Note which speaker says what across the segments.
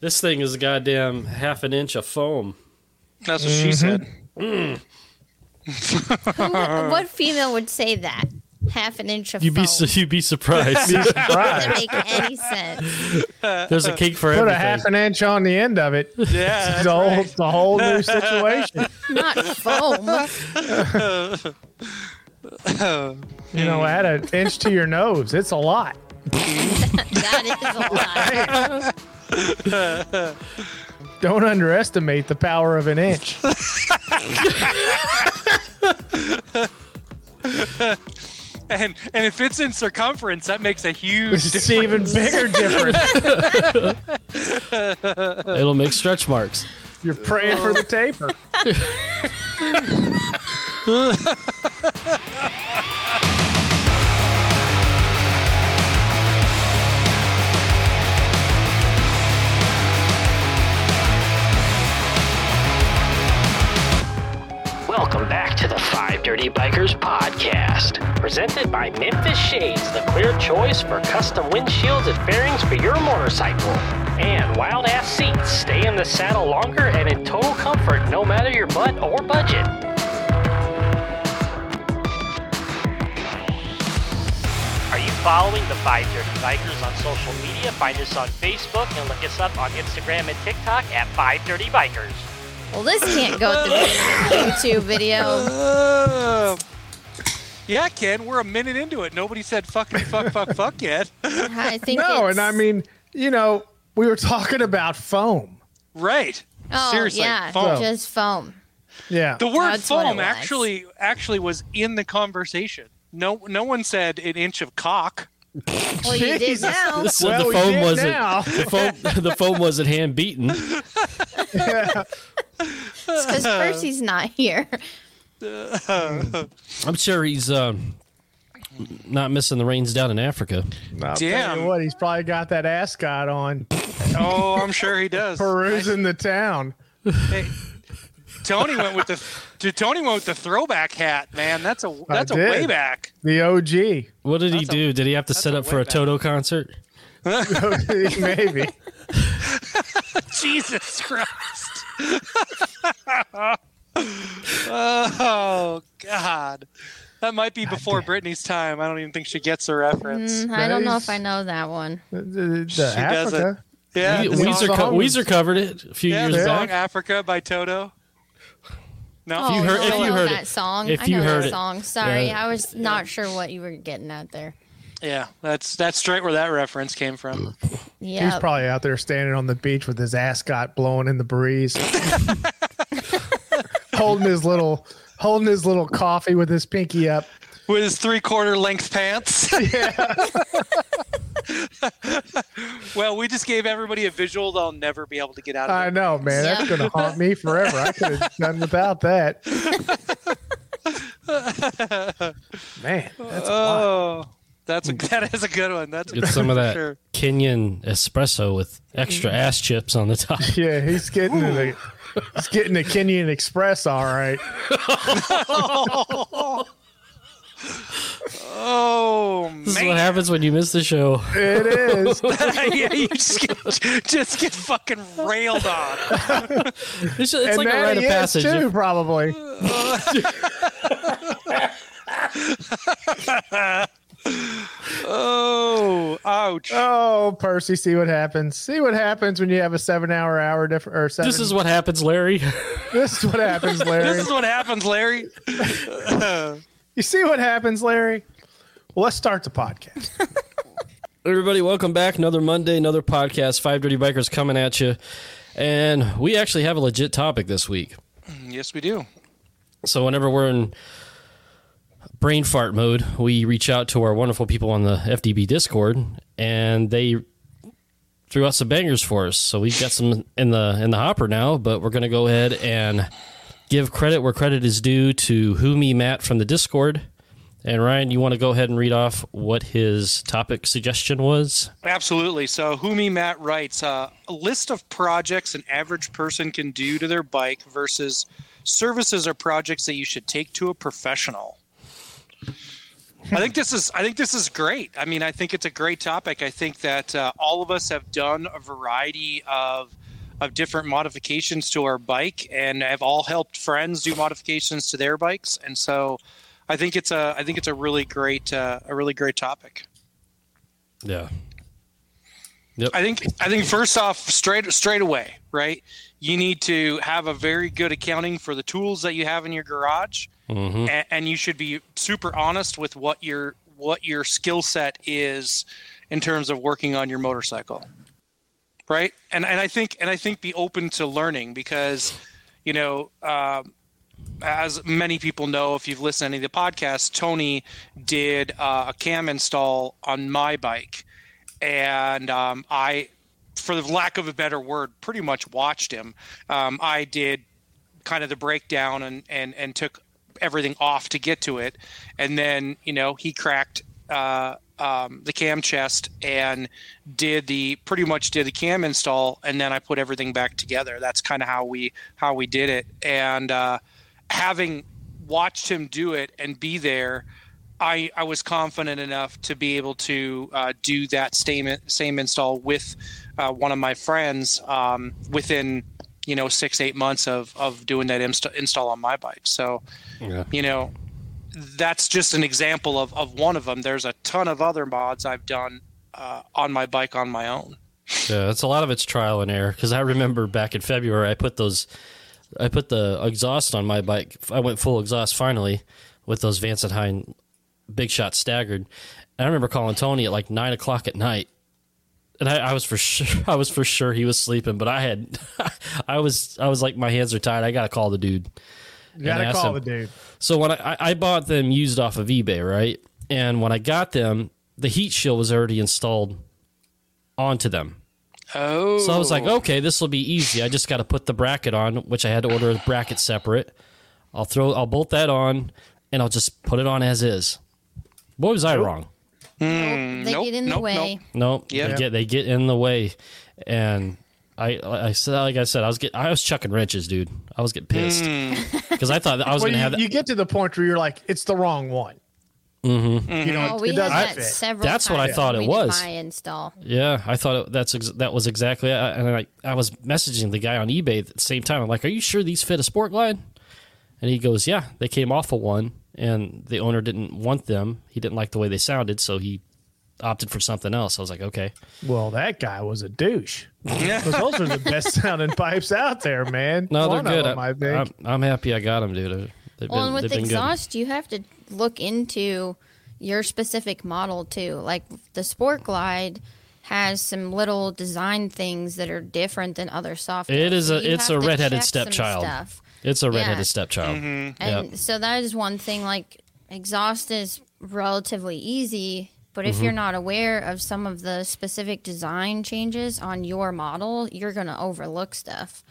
Speaker 1: This thing is a goddamn half an inch of foam.
Speaker 2: That's what she said.
Speaker 3: Who- what female would say that? Half an inch of
Speaker 1: You'd be
Speaker 3: foam.
Speaker 1: su- you'd be surprised.
Speaker 3: Doesn't
Speaker 4: Right.
Speaker 3: make any sense.
Speaker 1: There's a cake for
Speaker 4: Put a half
Speaker 1: everything.
Speaker 4: an inch on the end of it. It's
Speaker 2: Yeah.
Speaker 4: a whole, it's a whole new situation.
Speaker 3: Not foam.
Speaker 4: You know, add an inch to your nose. It's a lot.
Speaker 3: That is a lot.
Speaker 4: Don't underestimate the power of an inch.
Speaker 2: And and if it's in circumference, that makes a huge
Speaker 4: It's an even bigger difference.
Speaker 1: It'll make stretch marks.
Speaker 4: You're praying for the taper.
Speaker 5: Welcome back to the Five Dirty Bikers podcast, presented by Memphis Shades, the clear choice for custom windshields and fairings for your motorcycle. And wild ass seats stay in the saddle longer and in total comfort no matter your butt or budget. Are you following the Five Dirty Bikers on social media? Find us on Facebook and look us up on Instagram and TikTok at Five Dirty Bikers.
Speaker 3: Well, this can't go at the YouTube video.
Speaker 2: Uh, yeah, Ken, we're a minute into it. Nobody said fucking fuck, fuck, fuck yet.
Speaker 3: I think
Speaker 4: No,
Speaker 3: it's-
Speaker 4: and I mean, you know, we were talking about foam.
Speaker 2: right.
Speaker 3: oh,
Speaker 2: Seriously,
Speaker 3: yeah,
Speaker 2: foam.
Speaker 3: just foam.
Speaker 4: Yeah.
Speaker 2: The word
Speaker 3: That's what it
Speaker 2: foam
Speaker 3: was.
Speaker 2: actually actually was in the conversation. No no one said an inch of cock.
Speaker 3: Well, you did
Speaker 4: Jesus.
Speaker 3: now.
Speaker 1: So
Speaker 4: Well,
Speaker 1: the
Speaker 4: we
Speaker 1: foam
Speaker 4: did
Speaker 1: wasn't
Speaker 4: now.
Speaker 1: the foam the foam wasn't hand beaten.
Speaker 3: because Percy's not here.
Speaker 1: I'm sure he's um, not missing the rains down in Africa.
Speaker 4: Tell you
Speaker 2: Damn.
Speaker 4: what, he's probably got that ascot on,
Speaker 2: Oh, I'm sure he does.
Speaker 4: perusing the town.
Speaker 2: Hey, Tony went with the th- Tony went with the throwback hat, man. That's a that's a
Speaker 4: did.
Speaker 2: way back.
Speaker 4: The OG.
Speaker 1: What did he
Speaker 2: That's a-
Speaker 1: do? did he have to set
Speaker 2: a
Speaker 1: up for
Speaker 2: way
Speaker 1: a
Speaker 2: back.
Speaker 1: Toto concert?
Speaker 4: Maybe.
Speaker 2: Jesus Christ. oh God. That might be before Britney's time. I don't even think she gets the reference.
Speaker 3: Mm, I don't know
Speaker 4: Nice.
Speaker 3: if I know that one.
Speaker 4: The, the
Speaker 2: does it.
Speaker 4: Africa.
Speaker 2: Yeah,
Speaker 1: We-
Speaker 2: the
Speaker 1: Weezer,
Speaker 2: song,
Speaker 1: co-
Speaker 4: songs.
Speaker 1: Weezer covered it a few
Speaker 2: yeah,
Speaker 1: years
Speaker 2: the
Speaker 1: ago.
Speaker 2: song Africa by Toto. No,
Speaker 3: oh,
Speaker 1: you heard-
Speaker 3: no,
Speaker 1: if
Speaker 3: I
Speaker 1: you
Speaker 3: know
Speaker 1: heard
Speaker 3: that
Speaker 1: it-
Speaker 3: song.
Speaker 1: if
Speaker 3: I
Speaker 1: you
Speaker 3: know
Speaker 1: heard
Speaker 3: that
Speaker 1: it,
Speaker 3: song. Sorry,
Speaker 1: yeah.
Speaker 3: I was not sure what you were getting at there.
Speaker 2: yeah, that's that's straight where that reference came from.
Speaker 3: Yeah,
Speaker 4: He's probably out there standing on the beach with his ascot blowing in the breeze, holding his little, holding his little coffee with his pinky up.
Speaker 2: With his three quarter length pants. well, we just gave everybody a visual they'll never be able to get out of.
Speaker 4: I
Speaker 2: it.
Speaker 4: know, man. That's
Speaker 3: Yeah.
Speaker 4: gonna haunt me forever. I could have done without that. Man, that's a lot.
Speaker 2: Oh, that's a that is a good one. That's a
Speaker 1: Get
Speaker 2: good
Speaker 1: some
Speaker 2: one
Speaker 1: of that
Speaker 2: for Sure.
Speaker 1: Kenyan espresso with extra ass chips on the top.
Speaker 4: Yeah, he's getting to the, he's getting the Kenyan Express, all right.
Speaker 2: Oh
Speaker 1: This is
Speaker 2: man,
Speaker 1: what happens when you miss the show.
Speaker 4: It is.
Speaker 2: yeah, you just get just get fucking railed on.
Speaker 1: It's, just- it's
Speaker 4: and
Speaker 1: like a
Speaker 4: that
Speaker 1: rite of
Speaker 4: he is
Speaker 1: passage.
Speaker 4: too,
Speaker 1: If,
Speaker 4: probably.
Speaker 2: Oh, ouch.
Speaker 4: Oh, Percy, see what happens. See what happens when you have a seven-hour hour different. Or seven,
Speaker 1: this is what happens, Larry.
Speaker 4: this is what happens, Larry.
Speaker 2: This is what happens, Larry.
Speaker 4: you see what happens, Larry. Well, let's start the podcast.
Speaker 1: Everybody, welcome back. Another Monday, another podcast. Five Dirty Bikers coming at you. And we actually have a legit topic this week.
Speaker 2: yes, we do.
Speaker 1: So whenever we're in brain fart mode, we reach out to our wonderful people on the FDB Discord, and they threw out some bangers for us. So we've got some in the in the hopper now, but we're gonna go ahead and give credit where credit is due to Humi Matt from the Discord. And Ryan, you want to go ahead and read off what his topic suggestion was?
Speaker 2: Absolutely. So, Humi Matt writes uh, a list of projects an average person can do to their bike versus services or projects that you should take to a professional. I think this is I think this is great. I mean, I think it's a great topic. I think that uh, all of us have done a variety of of different modifications to our bike and have all helped friends do modifications to their bikes. And so I think it's a I think it's a really great uh, a really great topic.
Speaker 1: Yeah.
Speaker 2: I think I think first off, straight straight away, right? You need to have a very good accounting for the tools that you have in your garage,
Speaker 1: Mhm.
Speaker 2: and, and you should be super honest with what your what your skill set is in terms of working on your motorcycle, right? And and I think and I think be open to learning because, you know. Um, as many people know, if you've listened to any of the podcasts, Tony did uh, a cam install on my bike, and um, I, for the lack of a better word, pretty much watched him. Um, I did kind of the breakdown and and and took everything off to get to it, and then you know he cracked uh, um, the cam chest and did the pretty much did the cam install, and then I put everything back together. That's kind of how we how we did it, and uh, having watched him do it and be there. I, I was confident enough to be able to uh, do that same same install with uh, one of my friends um, within you know six eight months of of doing that insta- install on my bike. So
Speaker 1: Yeah.
Speaker 2: you know that's just an example of of one of them. There's a ton of other mods I've done uh, on my bike on my own.
Speaker 1: Yeah, that's a lot of it's trial and error. Because I remember back in February, I put those, I put the exhaust on my bike. I went full exhaust finally with those Vance and Hine Big Shot staggered. And I remember calling Tony at like nine o'clock at night, and I, I was for sure, I was for sure he was sleeping. But I had, I was, I was like, my hands are tied. I got to call the dude.
Speaker 4: You gotta
Speaker 1: ask
Speaker 4: call
Speaker 1: him.
Speaker 4: the dude.
Speaker 1: So when I, I- I bought them used off of eBay, right? And when I got them, the heat shield was already installed onto them.
Speaker 2: Oh,
Speaker 1: So I was like, okay, this will be easy. I just got to put the bracket on, which I had to order a bracket separate. I'll throw, I'll bolt that on, and I'll just put it on as is. Boy, was I wrong?
Speaker 3: they
Speaker 2: nope,
Speaker 3: get in the
Speaker 2: nope,
Speaker 3: way.
Speaker 2: nope.
Speaker 1: No,
Speaker 2: Yeah.
Speaker 1: they get they get in the way, and I, I said, like I said, I was get, I was chucking wrenches, dude. I was getting pissed because I thought that I was
Speaker 4: Hmm. Well,
Speaker 1: gonna
Speaker 4: you,
Speaker 1: have.
Speaker 4: you get to the point where you're like, it's the wrong one. Mm-hmm. You know,
Speaker 3: Oh,
Speaker 4: it,
Speaker 3: we
Speaker 4: it
Speaker 3: had
Speaker 4: doesn't
Speaker 3: that
Speaker 4: fit.
Speaker 3: several
Speaker 1: That's what I
Speaker 3: times
Speaker 1: thought
Speaker 3: when
Speaker 1: it
Speaker 3: we did
Speaker 1: was.
Speaker 3: My install.
Speaker 1: Yeah, I thought it, that's ex- that was exactly. And I, I was messaging the guy on eBay at the same time. I'm like, "Are you sure these fit a sport glide?" And he goes, "Yeah, they came off of one, and the owner didn't want them. He didn't like the way they sounded, so he opted for something else." I was like, "Okay,
Speaker 4: Well, that guy was a douche. 'Cause those are the best sounding pipes out there, man.
Speaker 1: no,
Speaker 4: One
Speaker 1: they're
Speaker 4: of
Speaker 1: good.
Speaker 4: them, I think.
Speaker 1: I,
Speaker 2: Uh,
Speaker 1: am I'm happy I got them, dude. They've been,
Speaker 3: Well, and
Speaker 1: they've
Speaker 3: with
Speaker 1: been
Speaker 3: exhaust, you have to look into your specific model too. Like the Sport Glide has some little design things that are different than other software.
Speaker 1: It is
Speaker 3: so
Speaker 1: a-
Speaker 3: you
Speaker 1: it's
Speaker 3: have
Speaker 1: a
Speaker 3: to
Speaker 1: redheaded
Speaker 3: check some
Speaker 1: stepchild.
Speaker 3: stuff.
Speaker 1: good. It's a redheaded
Speaker 3: Yeah.
Speaker 1: stepchild.
Speaker 4: Mm-hmm.
Speaker 3: And so that is one thing. Like exhaust is relatively easy, but if
Speaker 1: Mm-hmm.
Speaker 3: you're not aware of some of the specific design changes on your model, you're gonna overlook stuff.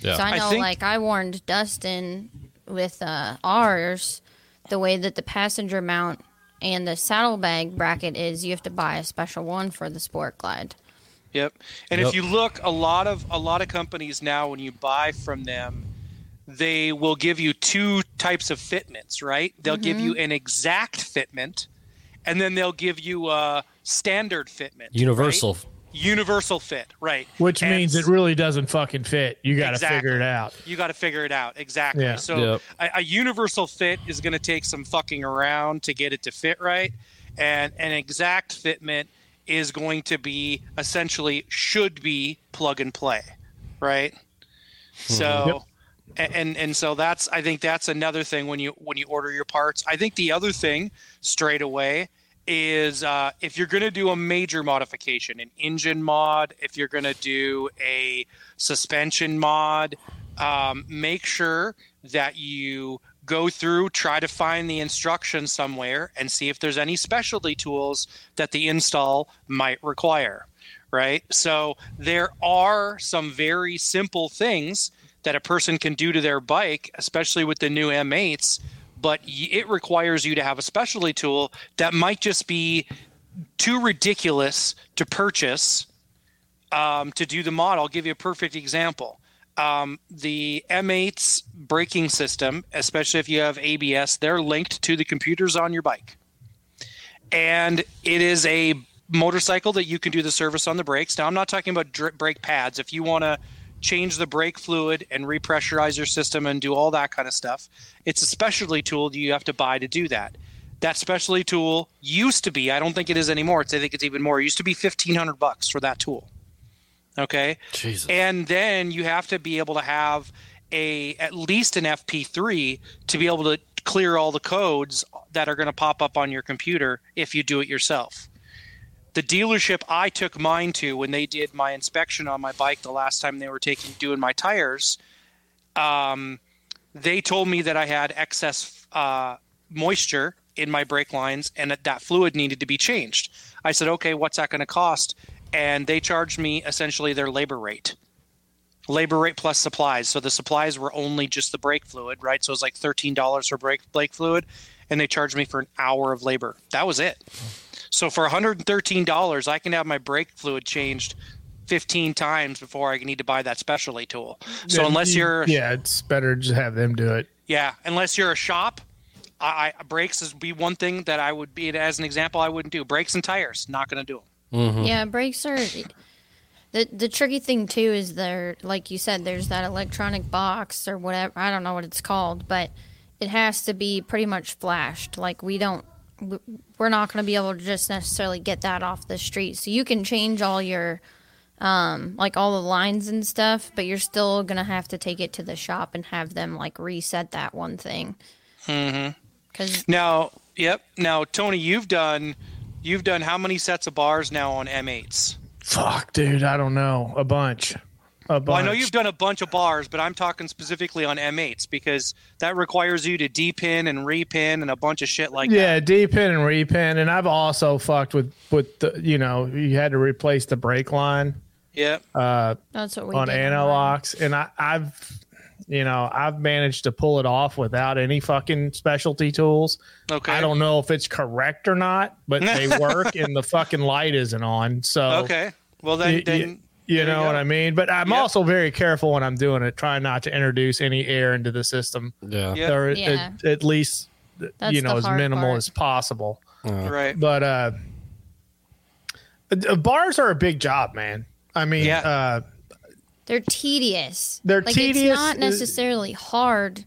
Speaker 1: Yeah.
Speaker 3: So I know,
Speaker 2: think-
Speaker 3: like I warned Dustin with uh, ours, the way that the passenger mount and the saddlebag bracket is, you have to buy a special one for the Sport Glide.
Speaker 2: Yep. And
Speaker 1: Yep.
Speaker 2: if you look, a lot of a lot of companies now, when you buy from them, they will give you two types of fitments. Right? They'll
Speaker 4: Mm-hmm.
Speaker 2: give you an exact fitment, and then they'll give you a standard fitment.
Speaker 1: Universal.
Speaker 2: right? Universal fit. Right.
Speaker 4: Which
Speaker 2: And
Speaker 4: means it really doesn't fucking fit. You got to
Speaker 2: Exactly.
Speaker 4: figure it out.
Speaker 2: You got to figure it out. Exactly.
Speaker 4: Yeah.
Speaker 2: So
Speaker 1: Yep.
Speaker 2: a, a universal fit is going to take some fucking around to get it to fit right, and an exact fitment is going to be essentially should be plug and play, right? So. a- And and so that's I think that's another thing when you when you order your parts. I think the other thing straight away is uh, if you're going to do a major modification, an engine mod, if you're going to do a suspension mod, um, make sure that you go through, try to find the instructions somewhere, and see if there's any specialty tools that the install might require. Right? So there are some very simple things that a person can do to their bike, especially with the new M8s, but y- it requires you to have a specialty tool that might just be too ridiculous to purchase um, to do the mod. I'll give you a perfect example. Um, the M8's braking system, especially if you have ABS, they're linked to the computers on your bike. and it is a motorcycle that you can do the service on the brakes. Now, I'm not talking about dri brake pads. If you want to change the brake fluid and repressurize your system and do all that kind of stuff, it's a specialty tool that you have to buy to do that. That specialty tool used to be, I don't think it is anymore. It's, I think it's even more. It used to be 1500 bucks for that tool. Okay.
Speaker 1: Jesus.
Speaker 2: And then you have to be able to have a at least an FP3 to be able to clear all the codes that are going to pop up on your computer if you do it yourself. The dealership I took mine to when they did my inspection on my bike the last time they were taking doing my tires, um, they told me that I had excess uh, moisture in my brake lines and that that fluid needed to be changed. I said, okay, what's that going to cost? And they charged me essentially their labor rate, labor rate plus supplies. So the supplies were only just the brake fluid, right? So it was like thirteen dollars for brake brake fluid, and they charged me for an hour of labor. That was it. So for one hundred and thirteen dollars, I can have my brake fluid changed. 15 times before I need to buy that specialty tool. So unless you're
Speaker 4: yeah, it's better just have them do it.
Speaker 2: yeah, unless you're a shop, I, I brakes is be one thing that I would be as an example. I wouldn't do brakes and tires. Not going to do them.
Speaker 3: Yeah, brakes are. The, the tricky thing too is there, like you said, there's that electronic box or whatever. I don't know what it's called, but it has to be pretty much flashed. Like we don't, w- we're not going to be able to just necessarily get that off the street. So you can change all your, um, like all the lines and stuff, but you're still going to have to take it to the shop and have them like reset that one thing. Because
Speaker 2: Now, yep. Now, Tony, you've done you've done how many sets of bars now on M8s?
Speaker 4: Fuck, dude, I don't know. A bunch. A bunch.
Speaker 2: Well, I know you've done a bunch of bars, but I'm talking specifically on M8s because that requires you to depin and repin and a bunch of shit like that.
Speaker 4: Yeah, depin and repin, and I've also fucked with with the you know you had to replace the brake line
Speaker 2: Yeah.
Speaker 3: that's what we
Speaker 4: on
Speaker 3: did mine.
Speaker 4: analogs, and I, I've you know I've managed to pull it off without any fucking specialty tools.
Speaker 2: Okay.
Speaker 4: I don't know if it's correct or not, but they work, and the fucking light isn't on. So
Speaker 2: Okay. Well, then,
Speaker 4: Y- y-
Speaker 2: then
Speaker 4: you
Speaker 2: there
Speaker 4: know
Speaker 2: go.
Speaker 4: what I mean. But I'm
Speaker 2: Yep.
Speaker 4: also very careful when I'm doing it, trying not to introduce any air into the system,
Speaker 1: Yeah.
Speaker 2: Yeah.
Speaker 4: or at-
Speaker 3: Yeah.
Speaker 4: at, at least
Speaker 3: That's
Speaker 4: you know
Speaker 3: the
Speaker 4: as
Speaker 3: hard
Speaker 4: minimal
Speaker 3: part.
Speaker 4: as possible.
Speaker 2: right.
Speaker 4: But uh, uh, bars are a big job, man. I mean,
Speaker 2: Yeah.
Speaker 4: uh,
Speaker 3: They're tedious.
Speaker 4: They're
Speaker 3: like,
Speaker 4: tedious,
Speaker 3: It's not
Speaker 4: uh,
Speaker 3: necessarily hard,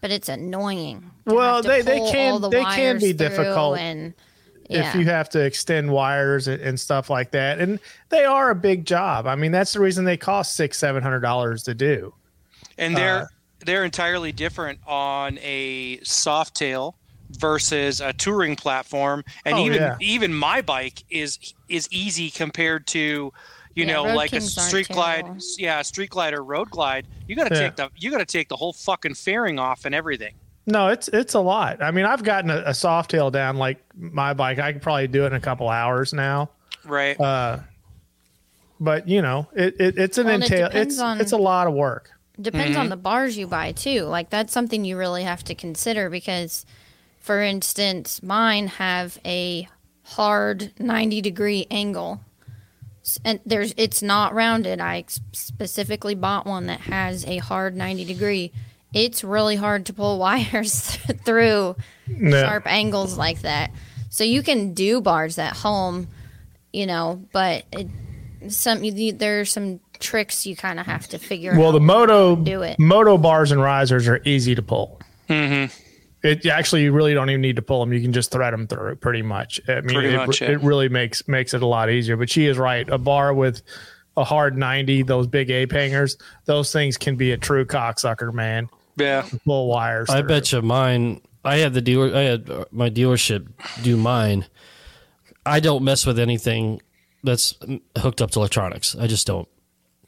Speaker 3: but it's annoying. to
Speaker 4: Well,
Speaker 3: have to
Speaker 4: they- they
Speaker 3: pull
Speaker 4: can-
Speaker 3: all the
Speaker 4: they can
Speaker 3: wires
Speaker 4: be
Speaker 3: through
Speaker 4: difficult
Speaker 3: and yeah,
Speaker 4: if you have to extend wires and, and stuff like that, and they are a big job. I mean, that's the reason they cost six, seven hundred dollars to do.
Speaker 2: and they're
Speaker 4: Uh-huh.
Speaker 2: they're entirely different on a soft tail versus a touring platform and
Speaker 4: Oh,
Speaker 2: even
Speaker 4: yeah.
Speaker 2: even my bike is is easy compared to you
Speaker 3: Yeah,
Speaker 2: know
Speaker 3: Road
Speaker 2: like a
Speaker 3: Kings aren't
Speaker 2: street glide
Speaker 3: terrible.
Speaker 2: yeah street glide or road glide you got to
Speaker 4: Yeah.
Speaker 2: take the you got to take the whole fucking fairing off and everything
Speaker 4: No, it's it's a lot. I mean, I've gotten a, a soft tail down like my bike. I could probably do it in a couple hours now.
Speaker 2: right
Speaker 4: Uh, But you know, it, it it's an
Speaker 3: Well, and it
Speaker 4: entail.
Speaker 3: depends
Speaker 4: it's
Speaker 3: on-
Speaker 4: it's a lot of work.
Speaker 3: depends
Speaker 4: Mm-hmm.
Speaker 3: on the bars you buy too. Like that's something you really have to consider because, for instance, mine have a hard ninety degree angle, S- and there's it's not rounded. I ex- specifically bought one that has a hard ninety degree. It's really hard to pull wires through
Speaker 4: Yeah.
Speaker 3: sharp angles like that. So you can do bars at home, you know, but it, some you, you- there are some tricks you kind of have to figure
Speaker 4: Well,
Speaker 3: out.
Speaker 4: the moto
Speaker 3: Do it.
Speaker 4: moto bars and risers are easy to pull.
Speaker 2: Mm-hmm.
Speaker 4: It actually you really don't even need to pull them. You can just thread them through pretty much. I mean,
Speaker 2: Pretty
Speaker 4: it,
Speaker 2: much, yeah.
Speaker 4: it really makes makes it a lot easier. But she is right. A bar with a hard ninety, those big ape hangers, those things can be a true cocksucker, man.
Speaker 2: yeah
Speaker 4: Pull wires.
Speaker 1: I
Speaker 4: through.
Speaker 1: bet you mine. I had the dealer. I had uh, my dealership do mine. I don't mess with anything that's mm, hooked up to electronics. I just don't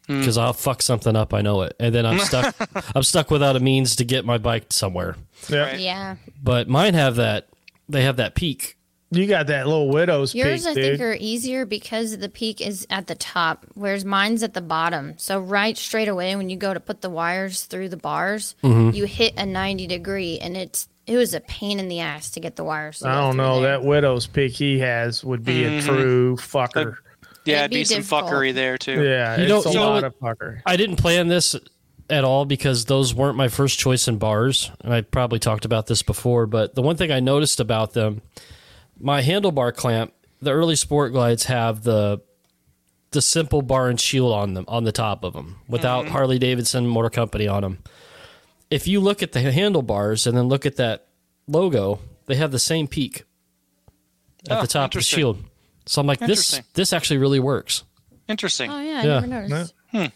Speaker 1: because I'll fuck something up. I know it, and then I'm stuck. I'm stuck without a means to get my bike somewhere.
Speaker 4: Yeah.
Speaker 2: Right.
Speaker 3: yeah,
Speaker 1: But mine have that. They have that peak.
Speaker 4: You got that little widow's
Speaker 3: yours
Speaker 4: peak,
Speaker 3: I
Speaker 4: dude.
Speaker 3: think are easier because the peak is at the top, whereas mine's at the bottom. So right straight away when you go to put the wires through the bars, you hit a ninety degree, and it's it was a pain in the ass to get the wires. to
Speaker 4: I
Speaker 3: go
Speaker 4: don't
Speaker 3: through
Speaker 4: know.
Speaker 3: there.
Speaker 4: That widow's peak he has would be
Speaker 2: Mm-hmm.
Speaker 4: a true fucker.
Speaker 2: yeah
Speaker 3: It'd
Speaker 2: it'd be,
Speaker 3: be
Speaker 2: some
Speaker 3: difficult.
Speaker 2: fuckery there too
Speaker 4: yeah,
Speaker 1: You know-
Speaker 4: it's a
Speaker 1: you know
Speaker 4: lot
Speaker 1: what-
Speaker 4: of fucker.
Speaker 1: I didn't plan this at all because those weren't my first choice in bars. And I probably talked about this before, but the one thing I noticed about them, my handlebar clamp, the early sport glides have the the simple bar and shield on them on the top of them without
Speaker 2: Mm-hmm.
Speaker 1: Harley Davidson Motor Company on them. If you look at the handlebars and then look at that logo, they have the same peak at
Speaker 2: Oh,
Speaker 1: the top of the
Speaker 2: interesting.
Speaker 1: shield. So I'm like, this
Speaker 2: Interesting.
Speaker 1: this actually really works.
Speaker 2: Interesting.
Speaker 3: Oh yeah, I
Speaker 1: Yeah.
Speaker 3: never noticed.
Speaker 1: Yeah.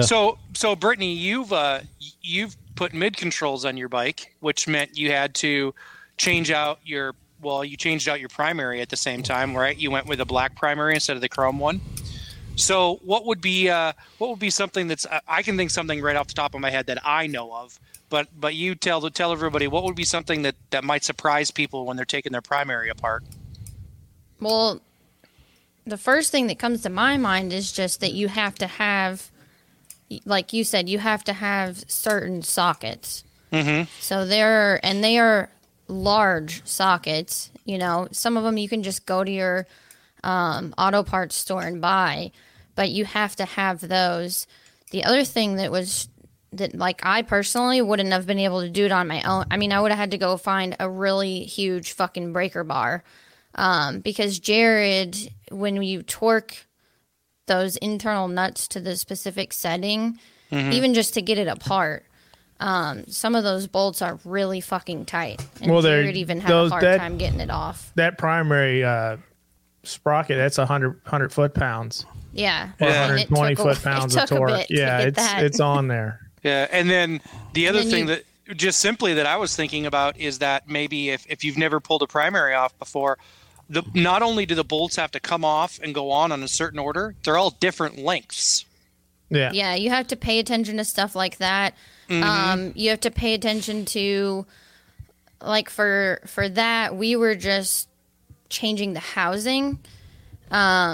Speaker 2: So, so Brittany, you've uh, y- you've put mid controls on your bike, which meant you had to change out your well, you changed out your primary at the same time, right? You went with a black primary instead of the chrome one. So, what would be uh, what would be something that's I- I can think something right off the top of my head that I know of, but but you tell tell everybody what would be something that that might surprise people when they're taking their primary apart.
Speaker 3: Well, the first thing that comes to my mind is just that you have to have, like you said, you have to have certain sockets. Mm-hmm. So they're, and they are large sockets. You know, some of them you can just go to your um, auto parts store and buy, but you have to have those. The other thing that was that like I personally wouldn't have been able to do it on my own. I mean, I would have had to go find a really huge fucking breaker bar um, because Jared, when you torque those internal nuts to the specific setting,
Speaker 4: Mm-hmm.
Speaker 3: even just to get it apart, um, some of those bolts are really fucking tight. And
Speaker 4: Well, they're-
Speaker 3: Jared even had a
Speaker 4: those-
Speaker 3: hard
Speaker 4: that-
Speaker 3: time getting it off.
Speaker 4: That primary uh, sprocket, that's 100, 100 foot pounds.
Speaker 3: Yeah.
Speaker 4: Or
Speaker 2: Yeah.
Speaker 3: And it
Speaker 4: 120
Speaker 3: took a-
Speaker 4: foot
Speaker 3: it
Speaker 4: pounds
Speaker 3: took
Speaker 4: of
Speaker 3: a
Speaker 4: torque.
Speaker 3: bit to
Speaker 4: yeah,
Speaker 3: get
Speaker 4: it's
Speaker 3: that.
Speaker 4: it's on there.
Speaker 2: Yeah, and then the other
Speaker 3: then
Speaker 2: thing
Speaker 3: you-
Speaker 2: that just simply that I was thinking about is that maybe if, if you've never pulled a primary off before, the not only do the bolts have to come off and go on on a certain order, they're all different lengths.
Speaker 4: Yeah.
Speaker 3: yeah you have to pay attention to stuff like that um, you have to pay attention to like for for that we were just changing the housing um,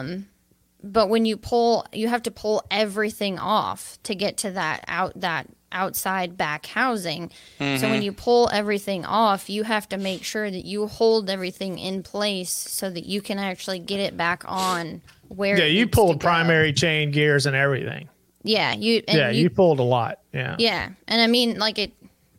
Speaker 3: but when you pull you have to pull everything off to get to that out that outside back housing so when you pull everything off you have to make sure that you hold everything in place so that you can actually get it back on where
Speaker 4: Yeah,
Speaker 3: it
Speaker 4: you
Speaker 3: needs to
Speaker 4: pulled
Speaker 3: go.
Speaker 4: primary chain gears and everything.
Speaker 3: yeah you and
Speaker 4: yeah, you, pulled a lot. Yeah.
Speaker 3: yeah, and I mean, like it,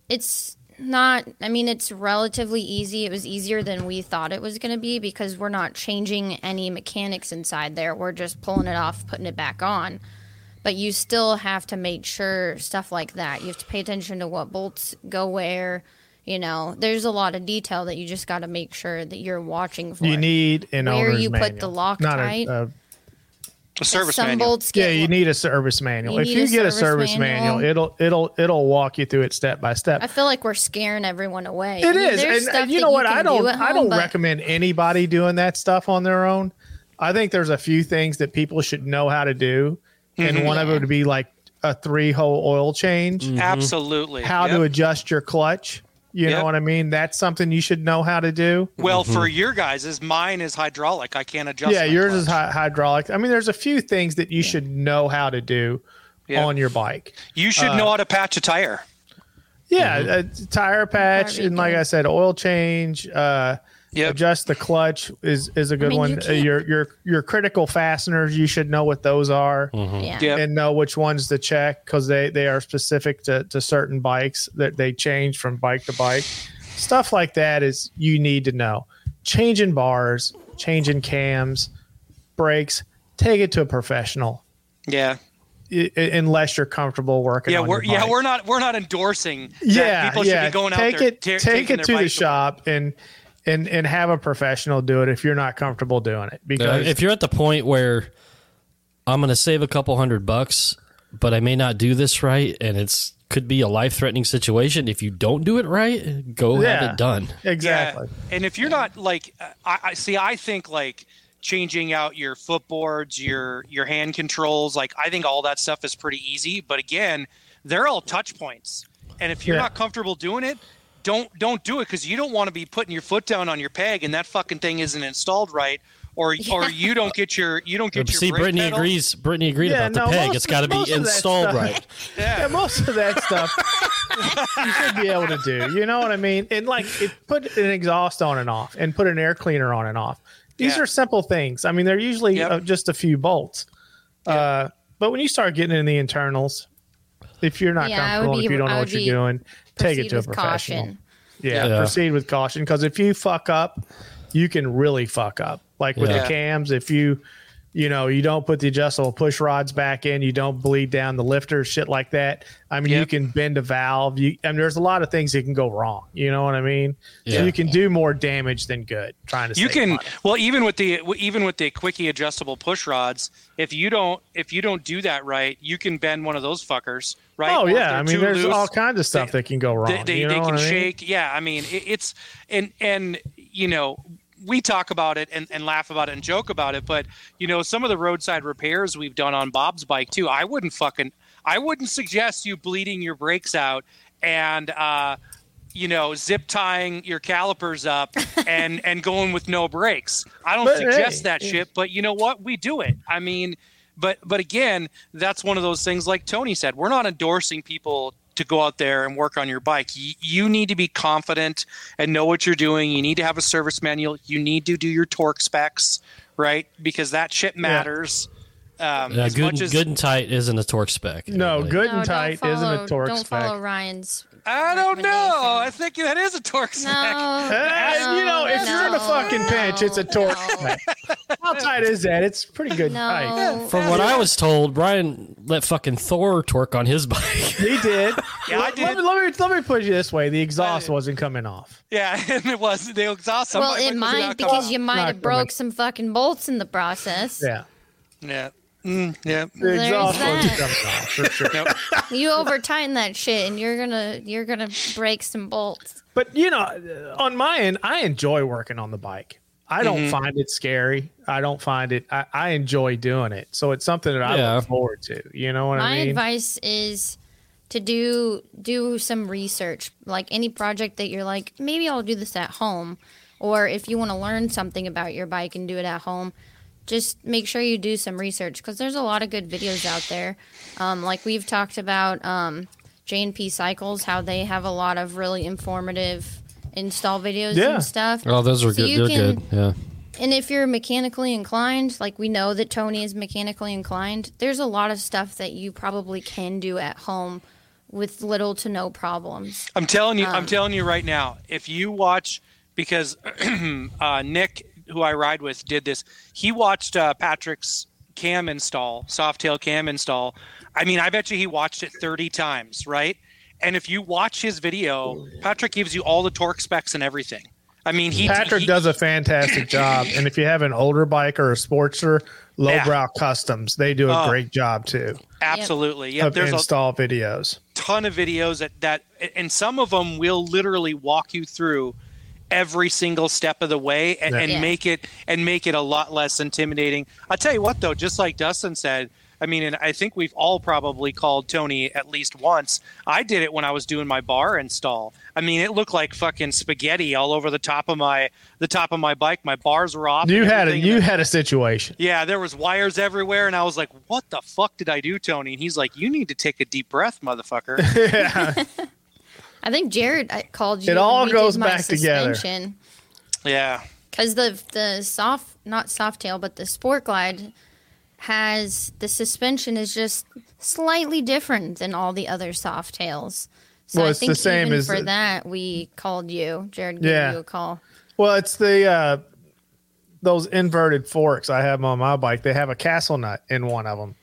Speaker 3: it's not. I mean, it's relatively easy. It was easier than we thought it was going to be because we're not changing any mechanics inside there. We're just pulling it off, putting it back on. But you still have to make sure stuff like that. You have to pay attention to what bolts go where. You know, there's a lot of detail that you just got to make sure that you're watching for.
Speaker 4: You need an
Speaker 3: Where
Speaker 4: owner's
Speaker 3: you put the
Speaker 4: manual, not a-
Speaker 3: Loctite.
Speaker 4: a-
Speaker 2: A service
Speaker 3: some
Speaker 2: manual.
Speaker 3: bolts.
Speaker 4: yeah,
Speaker 3: get-
Speaker 4: you need a service manual.
Speaker 3: You
Speaker 4: if
Speaker 3: need
Speaker 4: you
Speaker 3: a
Speaker 4: get a
Speaker 3: service
Speaker 4: service manual,
Speaker 3: manual.
Speaker 4: it'll it'll it'll walk you through it step by step.
Speaker 3: I feel like we're scaring everyone away.
Speaker 4: It
Speaker 3: I mean,
Speaker 4: is,
Speaker 3: there's
Speaker 4: and,
Speaker 3: stuff
Speaker 4: and you
Speaker 3: that
Speaker 4: know what?
Speaker 3: can
Speaker 4: I
Speaker 3: do
Speaker 4: don't.
Speaker 3: at
Speaker 4: I
Speaker 3: home,
Speaker 4: don't
Speaker 3: but-
Speaker 4: recommend anybody doing that stuff on their own. I think there's a few things that people should know how to do,
Speaker 3: Mm-hmm.
Speaker 4: and one of them would be like a three-hole oil change,
Speaker 3: Mm.
Speaker 2: Absolutely.
Speaker 4: Mm-hmm. how to
Speaker 2: Yep.
Speaker 4: adjust your clutch. You
Speaker 2: Yep.
Speaker 4: know what I mean? That's something you should know how to do.
Speaker 2: Well, for your guys, is mine is hydraulic. I can't adjust.
Speaker 4: Mm-hmm. yeah,
Speaker 2: my
Speaker 4: yours is
Speaker 2: clutch.
Speaker 4: hy- hydraulic. I mean, there's a few things that you should know how to do
Speaker 2: Yeah.
Speaker 4: on your bike.
Speaker 2: You should
Speaker 4: uh,
Speaker 2: know how to patch a tire.
Speaker 4: Yeah,
Speaker 2: Mm-hmm.
Speaker 4: a tire patch,
Speaker 3: Tire
Speaker 4: and like
Speaker 3: redo.
Speaker 4: I said, oil change. Uh,
Speaker 2: Yep.
Speaker 4: adjust the clutch is is a good
Speaker 3: mean, you
Speaker 4: one. Uh,
Speaker 3: can't-
Speaker 4: your your your critical fasteners, you should know what those are
Speaker 3: Yeah.
Speaker 2: Mm-hmm. Yep.
Speaker 4: and know which ones to check because they they are specific to to certain bikes that they change from bike to bike. Stuff like that is you need to know. Changing bars, changing cams, brakes. Take it to a professional
Speaker 2: Yeah.
Speaker 4: i- i- unless you're comfortable working.
Speaker 2: Yeah,
Speaker 4: on
Speaker 2: we're
Speaker 4: your
Speaker 2: yeah
Speaker 4: bike
Speaker 2: we're not we're not endorsing. that
Speaker 4: yeah,
Speaker 2: people
Speaker 4: yeah.
Speaker 2: should be going
Speaker 4: take
Speaker 2: out there.
Speaker 4: it,
Speaker 2: tear-
Speaker 4: take
Speaker 2: taking their
Speaker 4: it to the
Speaker 2: bike
Speaker 4: shop and and and have a professional do it if you're not comfortable doing it
Speaker 1: Uh,
Speaker 4: because
Speaker 1: if you're at the point where I'm going to save a couple hundred bucks, but I may not do this right, and it's could be a life threatening situation. If you don't do it right, go
Speaker 4: Yeah.
Speaker 1: have it done.
Speaker 4: exactly.
Speaker 2: Yeah. And if you're not like, uh, I, I see. I think like changing out your footboards, your your hand controls, like I think all that stuff is pretty easy. But again, they're all touch points. And if you're
Speaker 4: Yeah.
Speaker 2: not comfortable doing it, don't don't do it because you don't want to be putting your foot down on your peg and that fucking thing isn't installed right, or or you don't get your you don't get your
Speaker 1: See,
Speaker 2: brake
Speaker 1: Brittany
Speaker 2: pedal.
Speaker 1: agrees. Brittany agreed
Speaker 4: Yeah,
Speaker 1: about the
Speaker 4: no,
Speaker 1: peg.
Speaker 4: most-
Speaker 1: it's got to
Speaker 4: most
Speaker 1: be
Speaker 4: of that
Speaker 1: installed
Speaker 4: stuff-
Speaker 1: right.
Speaker 4: Yeah, most of that stuff you should be able to do. You know what I mean? And like, it, put an exhaust on and off, and put an air cleaner on and off. These
Speaker 2: Yeah.
Speaker 4: are simple things. I mean, they're usually
Speaker 2: Yep.
Speaker 4: uh, just a few bolts. Uh, but when you start getting in the internals, if you're not
Speaker 3: Yeah, I would
Speaker 4: comfortable,
Speaker 3: be-
Speaker 4: if you don't
Speaker 3: I
Speaker 4: know
Speaker 3: would
Speaker 4: what
Speaker 3: be-
Speaker 4: you're doing, take it
Speaker 3: proceed
Speaker 4: to a
Speaker 3: with
Speaker 4: professional.
Speaker 3: caution.
Speaker 4: Yeah,
Speaker 1: Yeah.
Speaker 4: proceed with caution because if you fuck up, you can really fuck up. Like with
Speaker 1: Yeah.
Speaker 4: the cams, if you you know you don't put the adjustable push rods back in, you don't bleed down the lifter, shit like that. I mean, you
Speaker 2: Yep.
Speaker 4: can bend a valve. You I mean, there's a lot of things that can go wrong. You know what I mean?
Speaker 1: Yeah.
Speaker 4: So you can do more damage than good trying to.
Speaker 2: you
Speaker 4: save
Speaker 2: can
Speaker 4: money.
Speaker 2: well even with the even with the quickie adjustable push rods if you don't if you don't do that right you can bend one of those fuckers right
Speaker 4: Oh
Speaker 2: Or if
Speaker 4: yeah,
Speaker 2: they're
Speaker 4: I mean,
Speaker 2: too
Speaker 4: there's
Speaker 2: loose,
Speaker 4: all kinds of stuff
Speaker 2: they-
Speaker 4: that can go wrong.
Speaker 2: they, they,
Speaker 4: you know
Speaker 2: they
Speaker 4: what
Speaker 2: can
Speaker 4: I mean?
Speaker 2: shake yeah i mean it, it's and and you know we talk about it and, and laugh about it and joke about it but you know some of the roadside repairs we've done on bob's bike too i wouldn't fucking i wouldn't suggest you bleeding your brakes out and uh you know, zip tying your calipers up and and going with no brakes. I don't
Speaker 4: But,
Speaker 2: suggest
Speaker 4: hey,
Speaker 2: that
Speaker 4: yeah.
Speaker 2: shit, but you know what? We do it. I mean, but but again, that's one of those things. Like Tony said, we're not endorsing people to go out there and work on your bike. You, you need to be confident and know what you're doing. You need to have a service manual. You need to do your torque specs right because that shit matters. Um,
Speaker 1: Yeah,
Speaker 2: as
Speaker 1: good,
Speaker 2: much as
Speaker 1: good and tight isn't a torque spec.
Speaker 4: No,
Speaker 1: Like,
Speaker 4: good
Speaker 3: No,
Speaker 4: and tight
Speaker 3: don't follow,
Speaker 4: isn't a torque
Speaker 3: Don't
Speaker 4: spec.
Speaker 3: follow Ryan's.
Speaker 2: I don't know. I
Speaker 3: recommendation.
Speaker 2: think that is a torque spec.
Speaker 3: No,
Speaker 4: Hey,
Speaker 3: no,
Speaker 4: you know, if you're in a
Speaker 3: no,
Speaker 4: fucking pinch, it's a torque
Speaker 3: no.
Speaker 4: spec. How tight is that? It's pretty good tight.
Speaker 3: No,
Speaker 1: From what I was told, Brian let fucking Thor torque on his bike.
Speaker 4: He did.
Speaker 2: Yeah, I
Speaker 4: let, Let
Speaker 2: did.
Speaker 4: me, let me let me put you this way: the exhaust wasn't coming off.
Speaker 2: Yeah, and it was the exhaust.
Speaker 3: well,
Speaker 2: somebody-
Speaker 3: it
Speaker 2: was
Speaker 3: might
Speaker 2: not
Speaker 3: because
Speaker 2: coming-
Speaker 3: you might
Speaker 4: Not
Speaker 3: have
Speaker 4: coming.
Speaker 3: broke some fucking bolts in the process.
Speaker 4: Yeah,
Speaker 2: Yeah. Mm, yeah.
Speaker 4: the
Speaker 3: There's
Speaker 4: exhaust wasn't
Speaker 3: that.
Speaker 4: coming off for sure.
Speaker 2: Nope.
Speaker 3: You over tighten that shit, and you're gonna you're gonna break some bolts.
Speaker 4: But you know, on my end, I enjoy working on the bike. I don't
Speaker 2: Mm-hmm.
Speaker 4: find it scary. I don't find it. I, I enjoy doing it. So it's something that I
Speaker 1: Yeah.
Speaker 4: look forward to. You know what
Speaker 3: My
Speaker 4: I mean?
Speaker 3: advice is to do do some research, like any project that you're like, maybe I'll do this at home, or if you want to learn something about your bike and do it at home, just make sure you do some research because there's a lot of good videos out there. Um, like we've talked about um, J&P Cycles, how they have a lot of really informative install videos
Speaker 4: Yeah.
Speaker 3: and stuff.
Speaker 1: Oh, those are
Speaker 3: So
Speaker 1: good.
Speaker 3: you
Speaker 1: They're
Speaker 3: can-
Speaker 1: good. Yeah.
Speaker 3: and if you're mechanically inclined, like we know that Tony is mechanically inclined, there's a lot of stuff that you probably can do at home with little to no problems.
Speaker 2: I'm telling you, I'm telling you right now. If you watch, because uh, Nick, who I ride with, did this. He watched uh, Patrick's cam install, Softail cam install. I mean, I bet you he watched it 30 times, right? And if you watch his
Speaker 4: Oh,
Speaker 2: video, Patrick gives you all the torque specs and everything. I mean, he
Speaker 4: Patrick
Speaker 2: he-
Speaker 4: does a fantastic job. And if you have an older bike or a Sportster, Lowbrow
Speaker 2: Yeah.
Speaker 4: Customs, they do a
Speaker 2: Oh.
Speaker 4: great job too
Speaker 2: absolutely. Yeah,
Speaker 4: of
Speaker 2: there's a,
Speaker 4: install videos.
Speaker 2: ton of videos that that and some of them will literally walk you through every single step of the way and,
Speaker 4: Yeah.
Speaker 2: and
Speaker 3: Yeah.
Speaker 2: make it and make it a lot less intimidating. I'll tell you what though, just like Dustin said, I mean, and I think we've all probably called Tony at least once. I did it when I was doing my bar install. I mean, it looked like fucking spaghetti all over the top of my the top of my bike. My bars were off.
Speaker 4: You
Speaker 2: and
Speaker 4: had a
Speaker 2: everything.
Speaker 4: you had a situation.
Speaker 2: Yeah, there was wires everywhere, and I was like, "What the fuck did I do, Tony?" And he's like, "You need to take a deep breath, motherfucker."
Speaker 3: I think Jared uh, called you.
Speaker 4: It
Speaker 3: when
Speaker 4: all
Speaker 3: we
Speaker 4: goes
Speaker 3: did my
Speaker 4: back together.
Speaker 3: suspension.
Speaker 2: yeah,
Speaker 3: because the the soft not soft tail but the sport glide has the suspension is just slightly different than all the other soft tails so
Speaker 4: Well,
Speaker 3: i
Speaker 4: it's the
Speaker 3: think
Speaker 4: same
Speaker 3: even
Speaker 4: as
Speaker 3: for
Speaker 4: the-
Speaker 3: that we called you jared gave
Speaker 4: Yeah.
Speaker 3: you a call
Speaker 4: Well, it's the uh, those inverted forks I have on my bike. They have a castle nut in one of them.